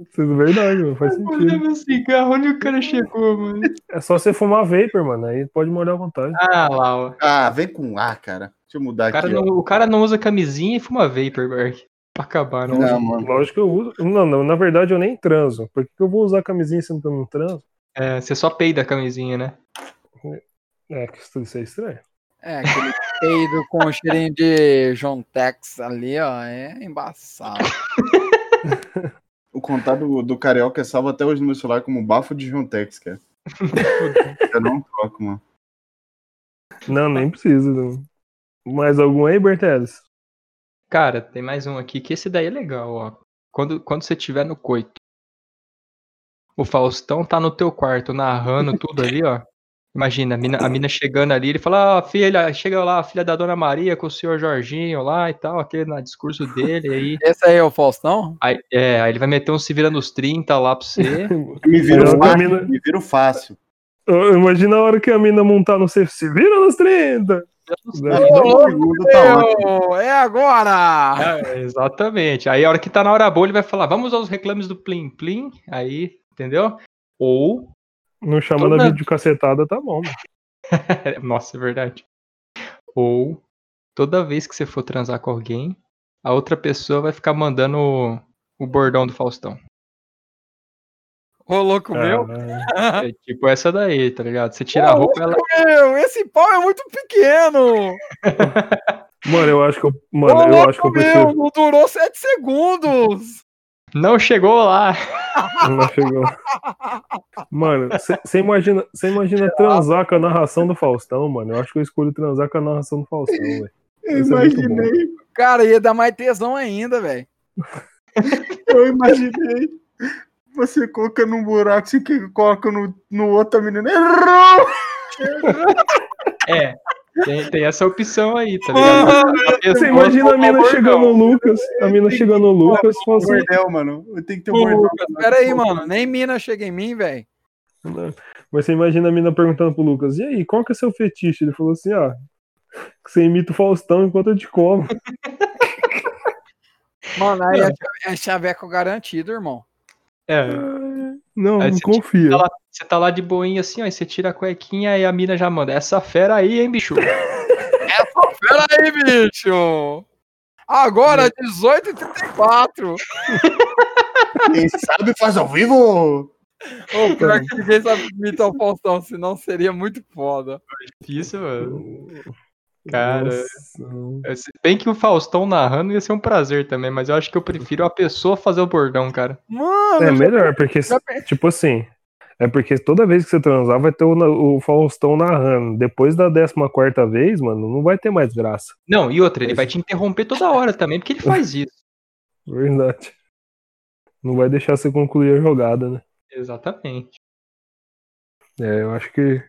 [SPEAKER 4] Isso é verdade, mano. [LAUGHS] Faz sentido.
[SPEAKER 3] meu cigarro, onde o cara chegou, mano?
[SPEAKER 4] É só você fumar vapor, mano. Aí pode molhar à vontade.
[SPEAKER 3] Ah, lá, ó.
[SPEAKER 1] Ah, vem com A, cara. Deixa eu mudar
[SPEAKER 3] O cara
[SPEAKER 1] aqui. ó.
[SPEAKER 3] não, o cara não usa camisinha e fuma Vaporberg. Pra acabar, não. usa.
[SPEAKER 1] Não, mano.
[SPEAKER 4] Lógico que eu uso. Não, não, na verdade eu nem transo. Por que que eu vou usar camisinha sendo que eu não transo?
[SPEAKER 3] É, você só peida a camisinha, né?
[SPEAKER 4] É, que isso isso é estranho.
[SPEAKER 2] É, aquele peido com o cheirinho de John Tex ali, ó. É embaçado.
[SPEAKER 1] O contato do, do Carioca é salvo até hoje no meu celular como bafo de Jontex, cara. Eu não troco, mano.
[SPEAKER 4] Não, nem precisa. não. Mais algum aí, Berteles?
[SPEAKER 3] Cara, tem mais um aqui, que esse daí é legal, ó. Quando, quando você tiver no coito, o Faustão tá no teu quarto narrando tudo ali, ó. Imagina, a mina, a mina chegando ali, ele fala, ah, filha, chega lá, a filha da Dona Maria com o senhor Jorginho lá e tal, aquele na discurso dele aí.
[SPEAKER 2] Esse aí é o Faustão?
[SPEAKER 3] Aí, é, aí ele vai meter um se vira nos 30 lá pra você.
[SPEAKER 1] Me viro
[SPEAKER 4] Eu
[SPEAKER 1] fácil.
[SPEAKER 4] caminho-
[SPEAKER 1] Me viro fácil.
[SPEAKER 4] Ô, Imagina a hora que a mina montar no safe. Se vira nos 30!
[SPEAKER 1] Não, não, segundo tá ótimo.
[SPEAKER 2] Meu, é agora!
[SPEAKER 3] É, exatamente. Aí a hora que tá na hora boa, ele vai falar, vamos aos reclames do Plim Plim, aí, entendeu? Ou
[SPEAKER 4] Não chamando
[SPEAKER 3] Toda-
[SPEAKER 4] a vídeo cacetada, tá bom, mano.
[SPEAKER 3] Nossa, é verdade. Ou toda vez que você for transar com alguém, a outra pessoa vai ficar mandando o, o bordão do Faustão.
[SPEAKER 2] Ô, louco meu.
[SPEAKER 4] Caralho.
[SPEAKER 3] É tipo essa daí, tá ligado? Você tira a roupa, ela.
[SPEAKER 2] Meu, esse pau é muito pequeno!
[SPEAKER 4] Mano, eu acho que eu.
[SPEAKER 2] Ô,
[SPEAKER 4] Mano, eu
[SPEAKER 2] louco
[SPEAKER 4] acho que eu
[SPEAKER 2] meu,
[SPEAKER 4] prefiro.
[SPEAKER 2] não durou 7 segundos!
[SPEAKER 3] Não chegou lá!
[SPEAKER 4] Não chegou. Mano, você imagina, cê imagina transar com a narração do Faustão, mano. Eu acho que eu escolho transar com a narração do Faustão, velho.
[SPEAKER 1] Eu
[SPEAKER 4] Isso é muito bom.
[SPEAKER 1] imaginei.
[SPEAKER 2] Cara, ia dar mais tesão ainda, velho.
[SPEAKER 1] Eu imaginei. Você coloca num buraco, você que coloca no, no outro, a menina. Errou!
[SPEAKER 3] É, tem, tem essa opção aí, tá ligado? A
[SPEAKER 4] Você
[SPEAKER 3] pessoa-
[SPEAKER 4] imagina a mina chegando no Lucas, a mina chegando no Lucas, falando assim,
[SPEAKER 1] Bordel, mano. Tem que ter um
[SPEAKER 2] Ô,
[SPEAKER 1] bordel.
[SPEAKER 2] Lucas, peraí, mano. Nem mina chega em mim, velho.
[SPEAKER 4] né? Mas você imagina a mina perguntando pro Lucas, e aí, qual que é seu fetiche? Ele falou assim, ó, que você imita o Faustão enquanto eu te como.
[SPEAKER 2] Mano, aí é, é chaveco garantido, irmão.
[SPEAKER 3] É,
[SPEAKER 4] Não,
[SPEAKER 3] Aí
[SPEAKER 4] não
[SPEAKER 3] você
[SPEAKER 4] confia.
[SPEAKER 3] ela- você tá lá de boinha assim, ó, e você tira a cuequinha e a mina já manda. Essa fera aí, hein, bicho?
[SPEAKER 2] Peraí, bicho. Agora, 18h34.
[SPEAKER 1] Quem sabe faz ao vivo.
[SPEAKER 2] Ô, pior é que ninguém sabe imitar o Faustão, senão seria muito foda.
[SPEAKER 3] Isso, mano. Cara.
[SPEAKER 4] Nossa, não.
[SPEAKER 3] É, Se bem que o Faustão narrando ia ser um prazer também, mas eu acho que eu prefiro a pessoa fazer o bordão, cara.
[SPEAKER 2] Mano,
[SPEAKER 4] É melhor, porque,
[SPEAKER 2] já pensei.
[SPEAKER 4] tipo assim, é porque toda vez que você transar vai ter o, na- o Faustão narrando. Depois da 14 quarta vez, mano, não vai ter mais graça.
[SPEAKER 3] Não, e outra, ele vai te interromper toda hora também, porque ele faz isso.
[SPEAKER 4] Verdade. Não vai deixar você concluir a jogada, né?
[SPEAKER 3] Exatamente.
[SPEAKER 4] É, eu acho que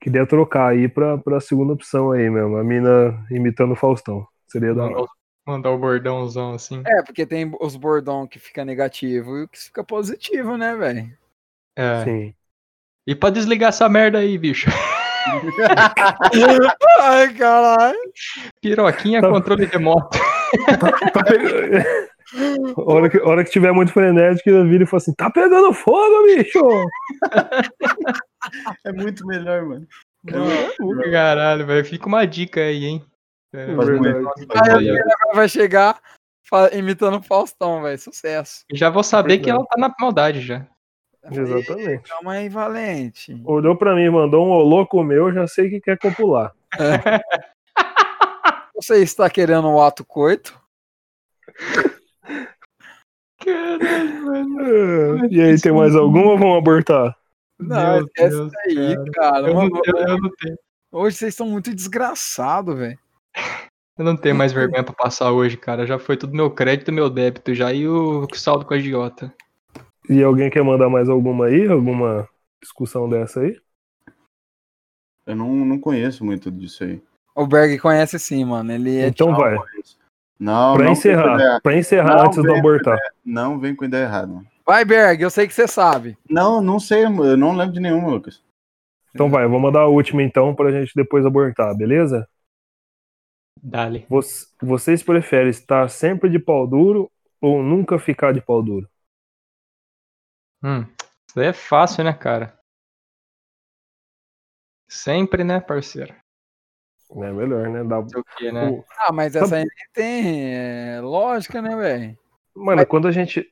[SPEAKER 4] queria trocar aí pra, pra segunda opção aí mesmo. A mina imitando o Faustão. Seria da hora.
[SPEAKER 3] Mandar, o- mandar o bordãozão assim.
[SPEAKER 2] É, porque tem os bordão que fica negativo e o que fica positivo, né, velho?
[SPEAKER 3] É.
[SPEAKER 4] Sim.
[SPEAKER 3] E pra desligar essa merda aí, bicho.
[SPEAKER 2] [LAUGHS]
[SPEAKER 3] [LAUGHS]
[SPEAKER 2] Ai, caralho.
[SPEAKER 3] Piroquinha,
[SPEAKER 4] Tá-
[SPEAKER 3] controle remoto.
[SPEAKER 4] [LAUGHS] Tá pegando... A hora, que, a hora que tiver muito frenético, ele vira e fala assim: tá pegando fogo, bicho!
[SPEAKER 1] É muito melhor, mano.
[SPEAKER 3] Caralho, velho. Fica uma dica aí, hein? É,
[SPEAKER 1] Faz
[SPEAKER 4] Verdade.
[SPEAKER 1] muito.
[SPEAKER 3] faz aí, ó.
[SPEAKER 2] Vai chegar fa- imitando o Faustão, velho. Sucesso.
[SPEAKER 3] já vou saber que ela tá na maldade já.
[SPEAKER 4] Exatamente.
[SPEAKER 2] Calma aí, Valente.
[SPEAKER 4] Olhou pra mim, mandou um ô louco meu, já sei que quer copular.
[SPEAKER 2] Você está querendo o ato coito?
[SPEAKER 4] Ah, E aí, tem mais alguma? ou Vamos abortar.
[SPEAKER 2] Não,
[SPEAKER 3] Meu
[SPEAKER 2] esquece
[SPEAKER 3] Deus,
[SPEAKER 2] isso aí, cara.
[SPEAKER 3] Eu não,
[SPEAKER 2] Mano,
[SPEAKER 3] eu- eu não tenho,
[SPEAKER 2] Hoje vocês estão muito desgraçados, velho.
[SPEAKER 3] eu não tenho mais vergonha pra passar hoje, cara. Já foi tudo meu crédito, meu débito já e o saldo com a agiota.
[SPEAKER 4] E alguém quer mandar mais alguma aí? Alguma discussão dessa aí?
[SPEAKER 1] Eu não, não conheço muito disso aí.
[SPEAKER 2] O Berg conhece sim, mano. Ele é
[SPEAKER 4] Então
[SPEAKER 1] Não
[SPEAKER 4] vai.
[SPEAKER 1] conheço. Não, não
[SPEAKER 4] Pra
[SPEAKER 1] vem com
[SPEAKER 4] encerrar,
[SPEAKER 1] ideia-
[SPEAKER 4] pra encerrar
[SPEAKER 1] Não,
[SPEAKER 4] antes do
[SPEAKER 1] vem,
[SPEAKER 4] abortar.
[SPEAKER 1] não vem com ideia errada.
[SPEAKER 2] Vai, Berg, eu sei que você sabe.
[SPEAKER 1] Não, não sei, eu não lembro de nenhuma,
[SPEAKER 3] [LAUGHS]
[SPEAKER 1] Lucas.
[SPEAKER 4] Então vai, eu vou mandar a última então pra gente depois abortar, beleza?
[SPEAKER 3] Dale.
[SPEAKER 4] Voc- Vocês preferem estar sempre de pau duro ou nunca ficar de pau duro?
[SPEAKER 3] Hum, isso daí é fácil, né, cara? Sempre, né, parceiro?
[SPEAKER 4] É melhor, né? Dá-
[SPEAKER 3] Fazer O quê, né?
[SPEAKER 4] O-
[SPEAKER 2] Ah, mas essa aí nem tem é, lógica, né, velho?
[SPEAKER 4] Mano, quando a gente.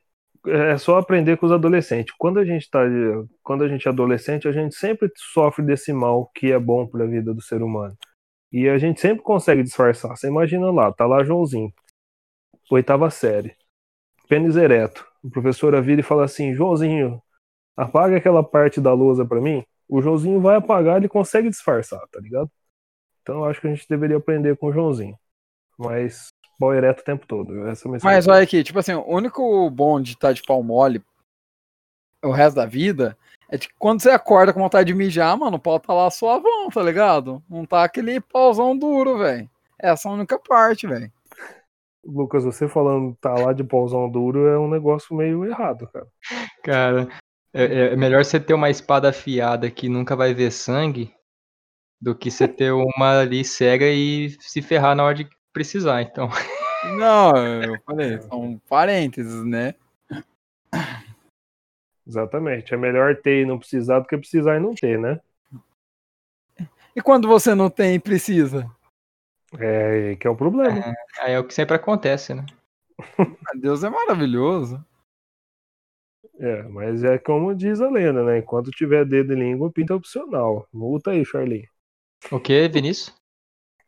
[SPEAKER 4] É só aprender com os adolescentes. Quando a gente tá. de- Quando a gente é adolescente, a gente sempre sofre desse mal que é bom pra vida do ser humano. E a gente sempre consegue disfarçar. Você imagina lá, tá lá Joãozinho, oitava série, pênis ereto. A professora vira e fala assim: Joãozinho, apaga aquela parte da lousa pra mim. O Joãozinho vai apagar, ele consegue disfarçar, tá ligado? Então eu acho que a gente deveria aprender com o Joãozinho. Mas pau ereto o tempo todo. Essa é a minha
[SPEAKER 2] Mas
[SPEAKER 4] sugestão.
[SPEAKER 2] olha aqui, tipo assim, o único bom de estar de pau mole o resto da vida é de que quando você acorda com vontade de mijar, mano, o pau tá lá suavão, tá ligado? Não tá aquele pauzão duro, velho. Essa é a única parte, velho.
[SPEAKER 4] Lucas, você falando tá lá de pauzão duro é um negócio meio errado, cara.
[SPEAKER 3] Cara, é, é melhor você ter uma espada afiada que nunca vai ver sangue do que você ter uma ali cega e se ferrar na hora de precisar, então. [LAUGHS]
[SPEAKER 2] Não, eu falei, são parênteses, né?
[SPEAKER 4] Exatamente. É melhor ter e não precisar do que precisar e não ter, né?
[SPEAKER 2] E quando você não tem e precisa?
[SPEAKER 4] É aí que é o problema.
[SPEAKER 3] Aí é o que sempre acontece, né?
[SPEAKER 2] Ah, Deus é maravilhoso.
[SPEAKER 4] É, mas é como diz a lenda, né? Enquanto tiver dedo e língua, pinta opcional. Multa aí, Charlie.
[SPEAKER 3] O que, Vinícius?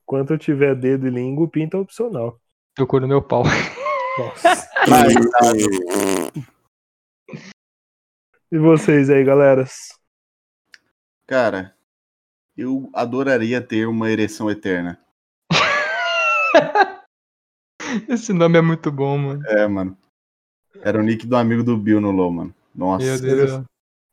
[SPEAKER 4] Enquanto eu tiver dedo e língua, pinta opcional.
[SPEAKER 3] Procura o meu pau. [LAUGHS]
[SPEAKER 1] [LAUGHS]
[SPEAKER 4] Nossa.
[SPEAKER 1] Mas,
[SPEAKER 4] E vocês aí, galera?
[SPEAKER 1] cara, eu adoraria ter uma ereção eterna.
[SPEAKER 3] Esse nome é muito bom, mano.
[SPEAKER 1] É, mano. Era o nick do amigo do Bill no LoL, mano.
[SPEAKER 3] Meu
[SPEAKER 1] Nossa,
[SPEAKER 3] Deus. do céu.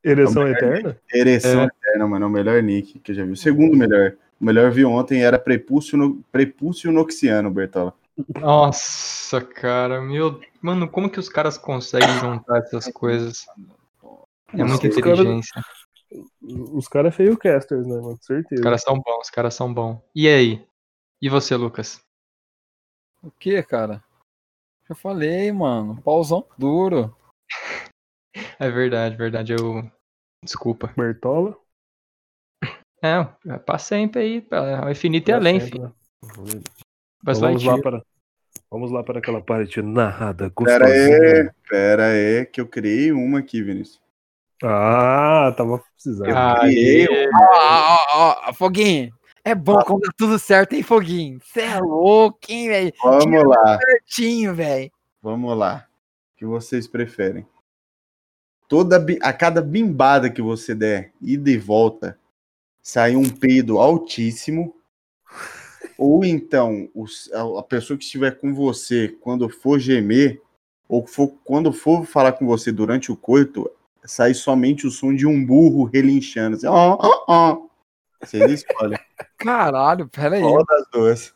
[SPEAKER 4] Ereção eterna?
[SPEAKER 1] ereção
[SPEAKER 3] É.
[SPEAKER 1] eterna, mano. É o melhor nick que eu já vi. O segundo melhor. O melhor eu vi ontem era Prepúcio, no... Prepúcio Noxiano, Bertola.
[SPEAKER 3] Nossa, cara, meu. Mano, como que os caras conseguem juntar essas coisas? É
[SPEAKER 1] Não
[SPEAKER 3] muita
[SPEAKER 4] sei, os caras-
[SPEAKER 3] inteligência.
[SPEAKER 4] Os caras é feio casters, né, mano? Com certeza.
[SPEAKER 3] Os caras são bons, os caras são bons. E aí? E você, Lucas?
[SPEAKER 2] O que, cara? Já falei, mano. Pauzão duro.
[SPEAKER 3] É verdade, verdade, eu. Desculpa.
[SPEAKER 4] Bertola.
[SPEAKER 3] É, pra sempre aí, pra- ao infinito e
[SPEAKER 4] pra
[SPEAKER 3] além,
[SPEAKER 4] sempre,
[SPEAKER 3] filho.
[SPEAKER 4] né?
[SPEAKER 3] Buzz
[SPEAKER 4] Então vamos lá
[SPEAKER 3] Lightyear.
[SPEAKER 4] para. Vamos lá para aquela parte narrada.
[SPEAKER 1] Pera aí,
[SPEAKER 4] gostosinha.
[SPEAKER 1] pera aí, que eu criei uma aqui, Vinícius.
[SPEAKER 4] Ah, tava precisando.
[SPEAKER 1] Criei
[SPEAKER 3] Aê,
[SPEAKER 2] Ó, ó, ó, ó, Foguinho. É bom quando dá tudo certo, hein, Foguinho? Você é louco, hein, velho?
[SPEAKER 1] Vamos lá,
[SPEAKER 2] Certinho, velho.
[SPEAKER 1] vamos lá. O que vocês preferem? Toda bi- a cada bimbada que você der, ida e volta, sai um peido altíssimo. Ou então, os- a a pessoa que estiver com você quando for gemer, ou for- quando for falar com você durante o coito, sai somente o som de um burro relinchando. Assim, ó, ó, ó. Vocês escolhem.
[SPEAKER 2] Caralho, peraí.
[SPEAKER 1] Qual das duas?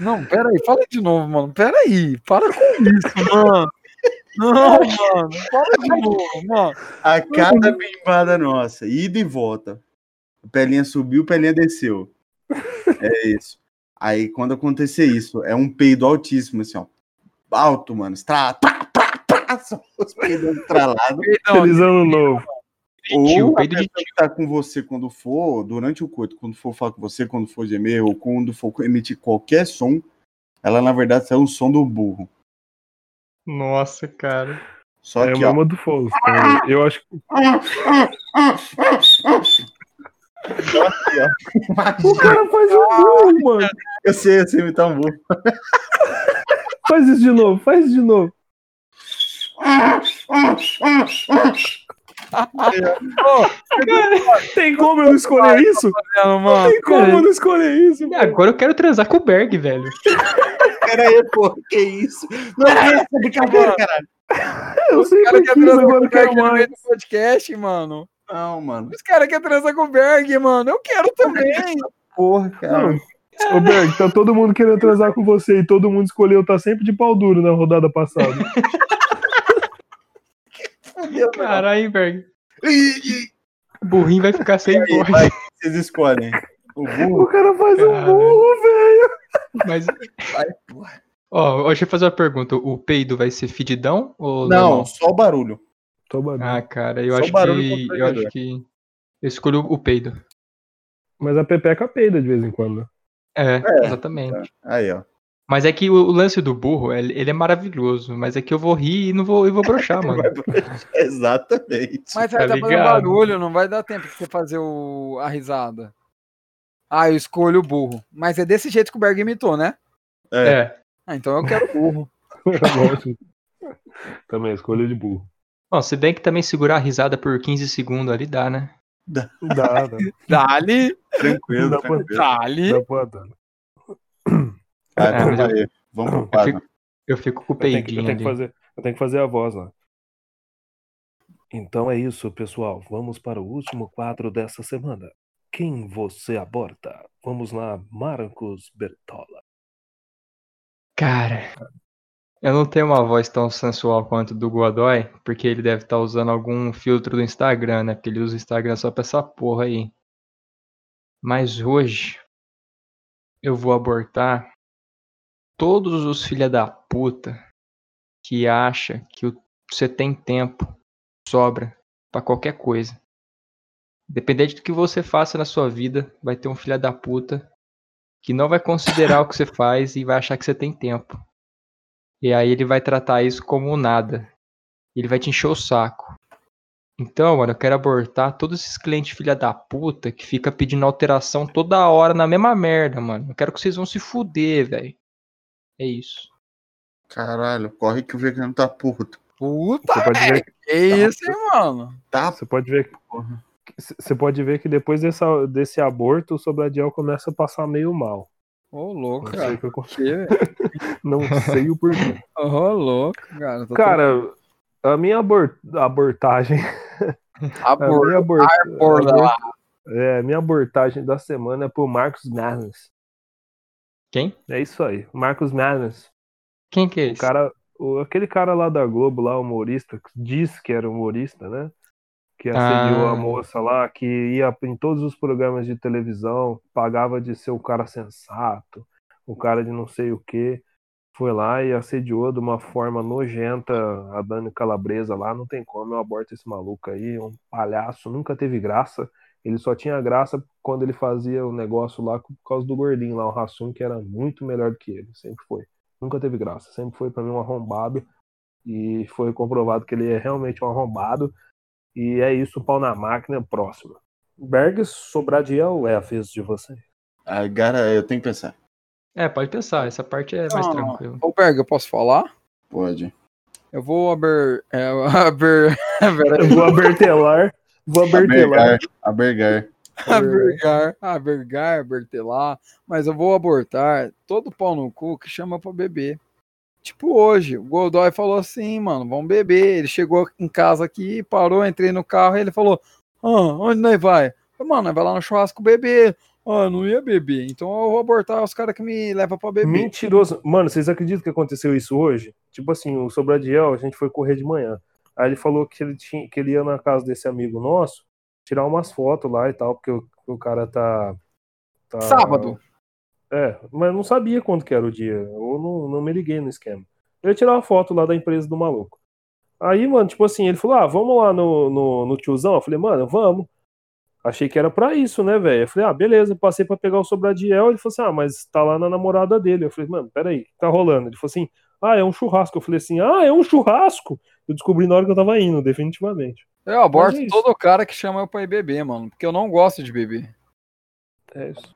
[SPEAKER 2] Não, peraí. Fala de novo, mano. Peraí. Para com isso, [LAUGHS] mano. Não, mano. Fala de novo, mano.
[SPEAKER 1] A cada bimbada nossa, ida e volta. Pelinha subiu, Pelinha desceu. É isso. Aí quando acontecer isso, é um peido altíssimo, assim, ó. Alto, mano. Estra... Pra, pra, pra, só os peidos estralados.
[SPEAKER 2] Perdão,
[SPEAKER 4] Feliz ano novo.
[SPEAKER 1] Ou
[SPEAKER 3] tio,
[SPEAKER 1] a
[SPEAKER 3] peido
[SPEAKER 1] pessoa
[SPEAKER 3] de
[SPEAKER 1] que tá com você quando for, durante o coito, quando for falar com você, quando for gemer, ou quando for emitir qualquer som, ela na verdade sai um som do burro.
[SPEAKER 3] Nossa, cara.
[SPEAKER 1] Só
[SPEAKER 4] é
[SPEAKER 1] que,
[SPEAKER 4] uma
[SPEAKER 1] ó,
[SPEAKER 4] ama do Fouls. cara. Eu acho que.
[SPEAKER 1] só aqui, ó.
[SPEAKER 4] O
[SPEAKER 1] Imagina,
[SPEAKER 4] cara faz um burro, mano.
[SPEAKER 1] [LAUGHS] eu sei, eu sei imitar um burro.
[SPEAKER 4] Faz isso de novo, faz isso de novo. Tem como eu não escolher isso?
[SPEAKER 2] mano.
[SPEAKER 4] Tem como eu não escolher isso?
[SPEAKER 3] E agora eu quero transar com o Berg, velho.
[SPEAKER 1] Pera aí, pô, que isso? Não é essa brincadeira, caralho.
[SPEAKER 4] É, Eu
[SPEAKER 2] Os caras
[SPEAKER 4] sempre
[SPEAKER 2] querem
[SPEAKER 4] quis,
[SPEAKER 2] transar
[SPEAKER 4] agora
[SPEAKER 2] com
[SPEAKER 4] eu
[SPEAKER 2] o Berg
[SPEAKER 4] quero
[SPEAKER 2] no
[SPEAKER 4] mais.
[SPEAKER 2] meio do podcast, mano.
[SPEAKER 1] Não, mano.
[SPEAKER 2] Os caras querem transar com o Berg, mano. Eu quero
[SPEAKER 4] [LAUGHS]
[SPEAKER 2] também.
[SPEAKER 1] Porra, cara.
[SPEAKER 4] Ô, Berg, tá todo mundo querendo transar com você e todo mundo escolheu tá sempre de pau duro na rodada [LAUGHS] passada.
[SPEAKER 3] Caralho, Berg.
[SPEAKER 1] Ih, ih,
[SPEAKER 3] O burrinho vai ficar sem
[SPEAKER 1] aí,
[SPEAKER 3] voz.
[SPEAKER 1] vai, vocês escolhem. O
[SPEAKER 4] O
[SPEAKER 1] burro.
[SPEAKER 4] cara faz um
[SPEAKER 3] Caralho.
[SPEAKER 4] burro, velho.
[SPEAKER 3] Mas. Ó, deixa eu fazer uma pergunta. O peido vai ser fedidão ou
[SPEAKER 1] Não,
[SPEAKER 3] normal?
[SPEAKER 1] só o barulho.
[SPEAKER 4] Toma,
[SPEAKER 3] Ah, cara, eu
[SPEAKER 1] Só
[SPEAKER 3] acho
[SPEAKER 1] barulho
[SPEAKER 3] que. Eu
[SPEAKER 1] constrangedor.
[SPEAKER 3] acho que. Eu escolho o peido.
[SPEAKER 4] Mas a Pepeca peida de vez em quando. né? [LAUGHS]
[SPEAKER 3] É,
[SPEAKER 1] É.
[SPEAKER 3] exatamente.
[SPEAKER 1] Aí, ó.
[SPEAKER 3] Mas é que o, o lance do burro, ele, ele é maravilhoso. Mas é que eu vou rir e não vou, eu vou
[SPEAKER 4] [LAUGHS]
[SPEAKER 3] broxar, mano.
[SPEAKER 1] [LAUGHS] Exatamente.
[SPEAKER 2] Mas vai
[SPEAKER 3] Tá
[SPEAKER 2] dar fazendo
[SPEAKER 3] ligado?
[SPEAKER 2] barulho, não vai dar tempo de você fazer o... a risada. Ah, eu escolho o burro. Mas é desse jeito que o Berg imitou, né?
[SPEAKER 1] É.
[SPEAKER 3] É.
[SPEAKER 2] Ah, então eu quero o
[SPEAKER 4] [LAUGHS]
[SPEAKER 2] burro.
[SPEAKER 4] Eu gosto. Também, escolha de burro.
[SPEAKER 3] Bom, se bem que também segurar a risada por 15 segundos ali dá, né?
[SPEAKER 4] Não dá, né?
[SPEAKER 2] Dali,
[SPEAKER 1] Tranquilo,
[SPEAKER 4] Dá pra-
[SPEAKER 2] tá.
[SPEAKER 1] tranquilo.
[SPEAKER 2] dali.
[SPEAKER 4] Dá pra dar.
[SPEAKER 1] Tá,
[SPEAKER 3] Ah,
[SPEAKER 1] então
[SPEAKER 3] mas
[SPEAKER 1] aí. Vamos pro
[SPEAKER 3] Eu
[SPEAKER 1] quadro.
[SPEAKER 3] fico, eu fico com o
[SPEAKER 4] Eu tenho, que, eu
[SPEAKER 3] peidinho
[SPEAKER 4] tenho que
[SPEAKER 3] ali.
[SPEAKER 4] fazer, eu tenho que fazer a voz lá. Então é isso, pessoal. Vamos para o último quadro dessa semana. Quem você aborda? Vamos lá, Marcos Bertola.
[SPEAKER 3] Cara, eu não tenho uma voz tão sensual quanto do Godoy, porque ele deve estar usando algum filtro do Instagram, né? Porque ele usa o Instagram só pra essa porra aí. Mas hoje eu vou abortar todos os filha da puta que acha que o- você tem tempo, sobra pra qualquer coisa. Independente do que você faça na sua vida, vai ter um filha da puta que não vai considerar o que você faz e vai achar que você tem tempo. E aí ele vai tratar isso como um nada. Ele vai te encher o saco. Então, mano, eu quero abortar todos esses clientes filha da puta que fica pedindo alteração toda hora na mesma merda, mano. Eu quero que vocês vão se fuder, velho. É isso.
[SPEAKER 1] Caralho, corre que o vegano tá puto.
[SPEAKER 2] Puta,
[SPEAKER 4] Você pode ver,
[SPEAKER 2] que isso, hein, mano?
[SPEAKER 1] Tá,
[SPEAKER 4] você pode ver, você pode ver que depois dessa- desse aborto, o Sobradiel começa a passar meio mal.
[SPEAKER 2] Ô, louco,
[SPEAKER 4] Não
[SPEAKER 2] cara.
[SPEAKER 4] sei, o que acon-
[SPEAKER 2] Que, velho?
[SPEAKER 4] não sei o porquê.
[SPEAKER 2] Ô, louco, cara. Tô
[SPEAKER 4] [LAUGHS] Cara, A minha abor- abortagem. A
[SPEAKER 2] Abor-
[SPEAKER 4] minha abor-
[SPEAKER 2] aborda lá.
[SPEAKER 4] É, minha abortagem da semana é pro Marcos Madness.
[SPEAKER 3] Quem?
[SPEAKER 4] É isso aí. Marcos Madness.
[SPEAKER 3] Quem que é
[SPEAKER 4] O
[SPEAKER 3] esse?
[SPEAKER 4] cara, o- aquele cara lá da Globo, lá, humorista, que diz que era humorista, né? Que assediou
[SPEAKER 3] Ah.
[SPEAKER 4] a moça lá, que ia em todos os programas de televisão, pagava de ser um cara sensato, um cara de não sei o quê. Foi lá e assediou de uma forma nojenta a Dani Calabresa lá. Não tem como, eu aborto esse maluco aí. é Um palhaço, nunca teve graça. Ele só tinha graça quando ele fazia o negócio lá por causa do gordinho lá, o Rassum, que era muito melhor do que ele, sempre foi nunca teve graça. Sempre foi pra mim um arrombado. E foi comprovado que ele é realmente um arrombado. E é isso, pau na máquina, próximo. Berg Sobradiel é a vez de você.
[SPEAKER 1] Ah, cara, eu tenho que pensar.
[SPEAKER 3] É, pode pensar, essa parte é mais
[SPEAKER 2] Não,
[SPEAKER 3] tranquila.
[SPEAKER 2] Ô, Berg, eu posso falar?
[SPEAKER 1] Pode.
[SPEAKER 2] Eu vou aber. É, [LAUGHS] aber.
[SPEAKER 4] [LAUGHS] Eu vou abertelar. Vou abertelar.
[SPEAKER 1] Abergar, abergar.
[SPEAKER 2] abergar, abergar, abertelar. Mas eu vou abortar todo pau no cu que chama pra beber. Tipo hoje, o Godoy falou assim, mano, vamos beber. Ele chegou em casa aqui, parou, entrei no carro e ele falou: ah, onde nós vai? Eu falei, mano, nós vai lá no churrasco beber. Ah, eu não ia beber. Então eu vou abortar os caras que me levam pra beber.
[SPEAKER 4] Mentiroso. Mano, vocês acreditam que aconteceu isso hoje? Tipo assim, o Sobradiel, a gente foi correr de manhã. Aí ele falou que ele, tinha, que ele ia na casa desse amigo nosso tirar umas fotos lá e tal, porque o, o cara tá. tá-
[SPEAKER 2] Sábado.
[SPEAKER 4] É, mas eu não sabia quanto que era o dia. Eu não, não me liguei no esquema. Eu ia tirar uma foto lá da empresa do maluco. Aí, mano, tipo assim, ele falou: ah, vamos lá no, no, no tiozão. Eu falei, mano, vamos. Achei que era pra isso, né, velho? Eu falei, ah, beleza, eu passei pra pegar o Sobradiel. Ele falou assim, ah, mas tá lá na namorada dele. Eu falei, mano, peraí, o que tá rolando? Ele falou assim, ah, é um churrasco. Eu falei assim, ah, é um churrasco? Eu descobri na hora que eu tava indo, definitivamente.
[SPEAKER 2] Eu aborto
[SPEAKER 4] Mas é isso.
[SPEAKER 2] todo cara que chama eu pra ir beber, mano. Porque eu não gosto de beber.
[SPEAKER 4] É isso.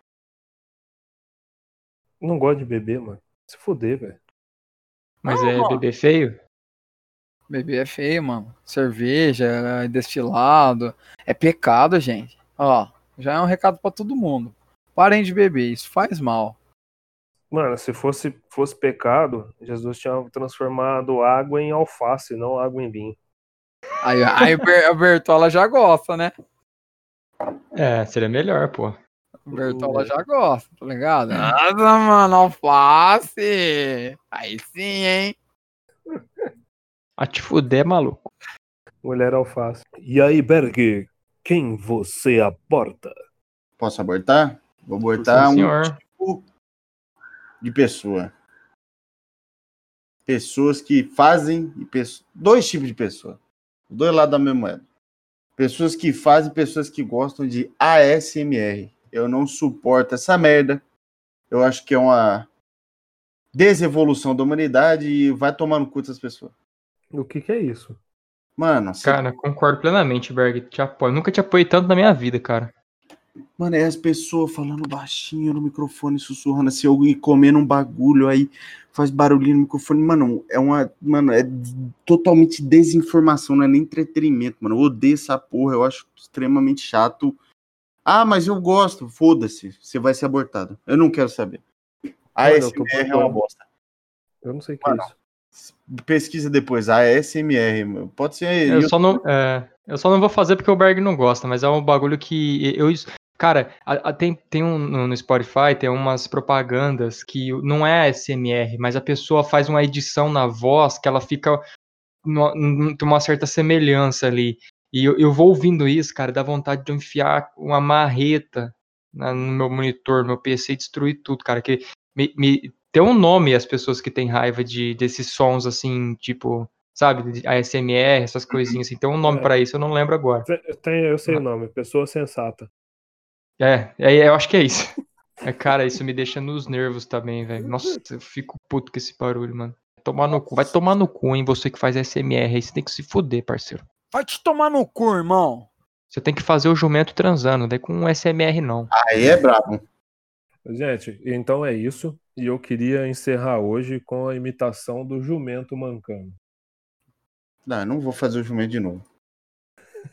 [SPEAKER 4] Não gosto de beber, mano. Se fuder, velho.
[SPEAKER 3] Mas
[SPEAKER 2] Não,
[SPEAKER 3] é
[SPEAKER 2] mano.
[SPEAKER 3] bebê feio?
[SPEAKER 2] Beber é feio, mano. Cerveja, é destilado. É pecado, gente. Ó, já é um recado pra todo mundo. Parem de beber, isso faz mal.
[SPEAKER 4] Mano, se fosse, fosse pecado, Jesus tinha transformado água em alface, não água em vinho.
[SPEAKER 2] Aí, [LAUGHS] aí o Ber- a Bertola já gosta, né?
[SPEAKER 3] É, seria melhor, pô.
[SPEAKER 2] A Bertola já gosta, tá ligado? Nossa, mano, alface! Aí sim, hein?
[SPEAKER 3] A te fuder, é maluco.
[SPEAKER 4] Mulher é alface. E aí, Berg, quem você aporta?
[SPEAKER 1] Posso abortar? Vou abortar
[SPEAKER 3] Sim,
[SPEAKER 1] um
[SPEAKER 3] senhor.
[SPEAKER 1] de pessoa. Pessoas que fazem e pesso- dois tipos de pessoa. Os Dois lados da mesma moeda. Pessoas que fazem e pessoas que gostam de ASMR. Eu não suporto essa merda. Eu acho que é uma desevolução da humanidade e vai tomar no cu essas pessoas.
[SPEAKER 4] O que, que é isso?
[SPEAKER 1] Mano, você
[SPEAKER 3] Cara, concordo plenamente, Berg. Te apoio. Nunca te apoiei tanto na minha vida, cara.
[SPEAKER 1] Mano, é as pessoas falando baixinho no microfone, sussurrando assim, ou e comendo um bagulho, aí faz barulhinho no microfone. Mano, é uma. Mano, é totalmente desinformação, não é nem entretenimento, mano. Eu odeio essa porra, eu acho extremamente chato. Ah, mas eu gosto, foda-se, você vai ser abortado. Eu não quero saber.
[SPEAKER 4] Mano, eu tô
[SPEAKER 1] ASMR é uma
[SPEAKER 4] procurando.
[SPEAKER 1] bosta.
[SPEAKER 4] Eu não sei o que
[SPEAKER 1] Mano,
[SPEAKER 4] é isso.
[SPEAKER 1] Pesquisa depois, ASMR, mano. pode ser.
[SPEAKER 3] Eu só não, é, eu só não vou fazer porque o Berg não gosta, mas é um bagulho que eu. Cara, a- a- tem, tem um no no Spotify, tem umas propagandas que não é SMR, mas a pessoa faz uma edição na voz que ela fica numa, num- tem uma certa semelhança ali. E eu, eu vou ouvindo isso, cara, dá vontade de eu enfiar uma marreta na- no meu monitor, meu PC e destruir tudo, cara. Que me, me- tem um nome as pessoas que têm raiva de, desses sons assim, tipo, sabe, de ASMR, essas coisinhas assim. Tem um nome
[SPEAKER 4] É.
[SPEAKER 3] pra isso, eu não lembro agora.
[SPEAKER 4] Eu, tenho- eu sei o nome, pessoa sensata.
[SPEAKER 3] É, é, é, eu acho que é isso. É, cara, isso me deixa nos nervos também, velho. Nossa, eu fico puto com esse barulho, mano. Tomar no cu. Vai tomar no cu, hein? Você que faz SMR aí, você tem que se fuder, parceiro.
[SPEAKER 2] Vai te tomar no cu, irmão.
[SPEAKER 3] Você tem que fazer o jumento transando, daí com um SMR não.
[SPEAKER 1] Aí é brabo.
[SPEAKER 4] Gente, então é isso. E eu queria encerrar hoje com a imitação do jumento mancando.
[SPEAKER 1] Não, eu não vou fazer o jumento de novo.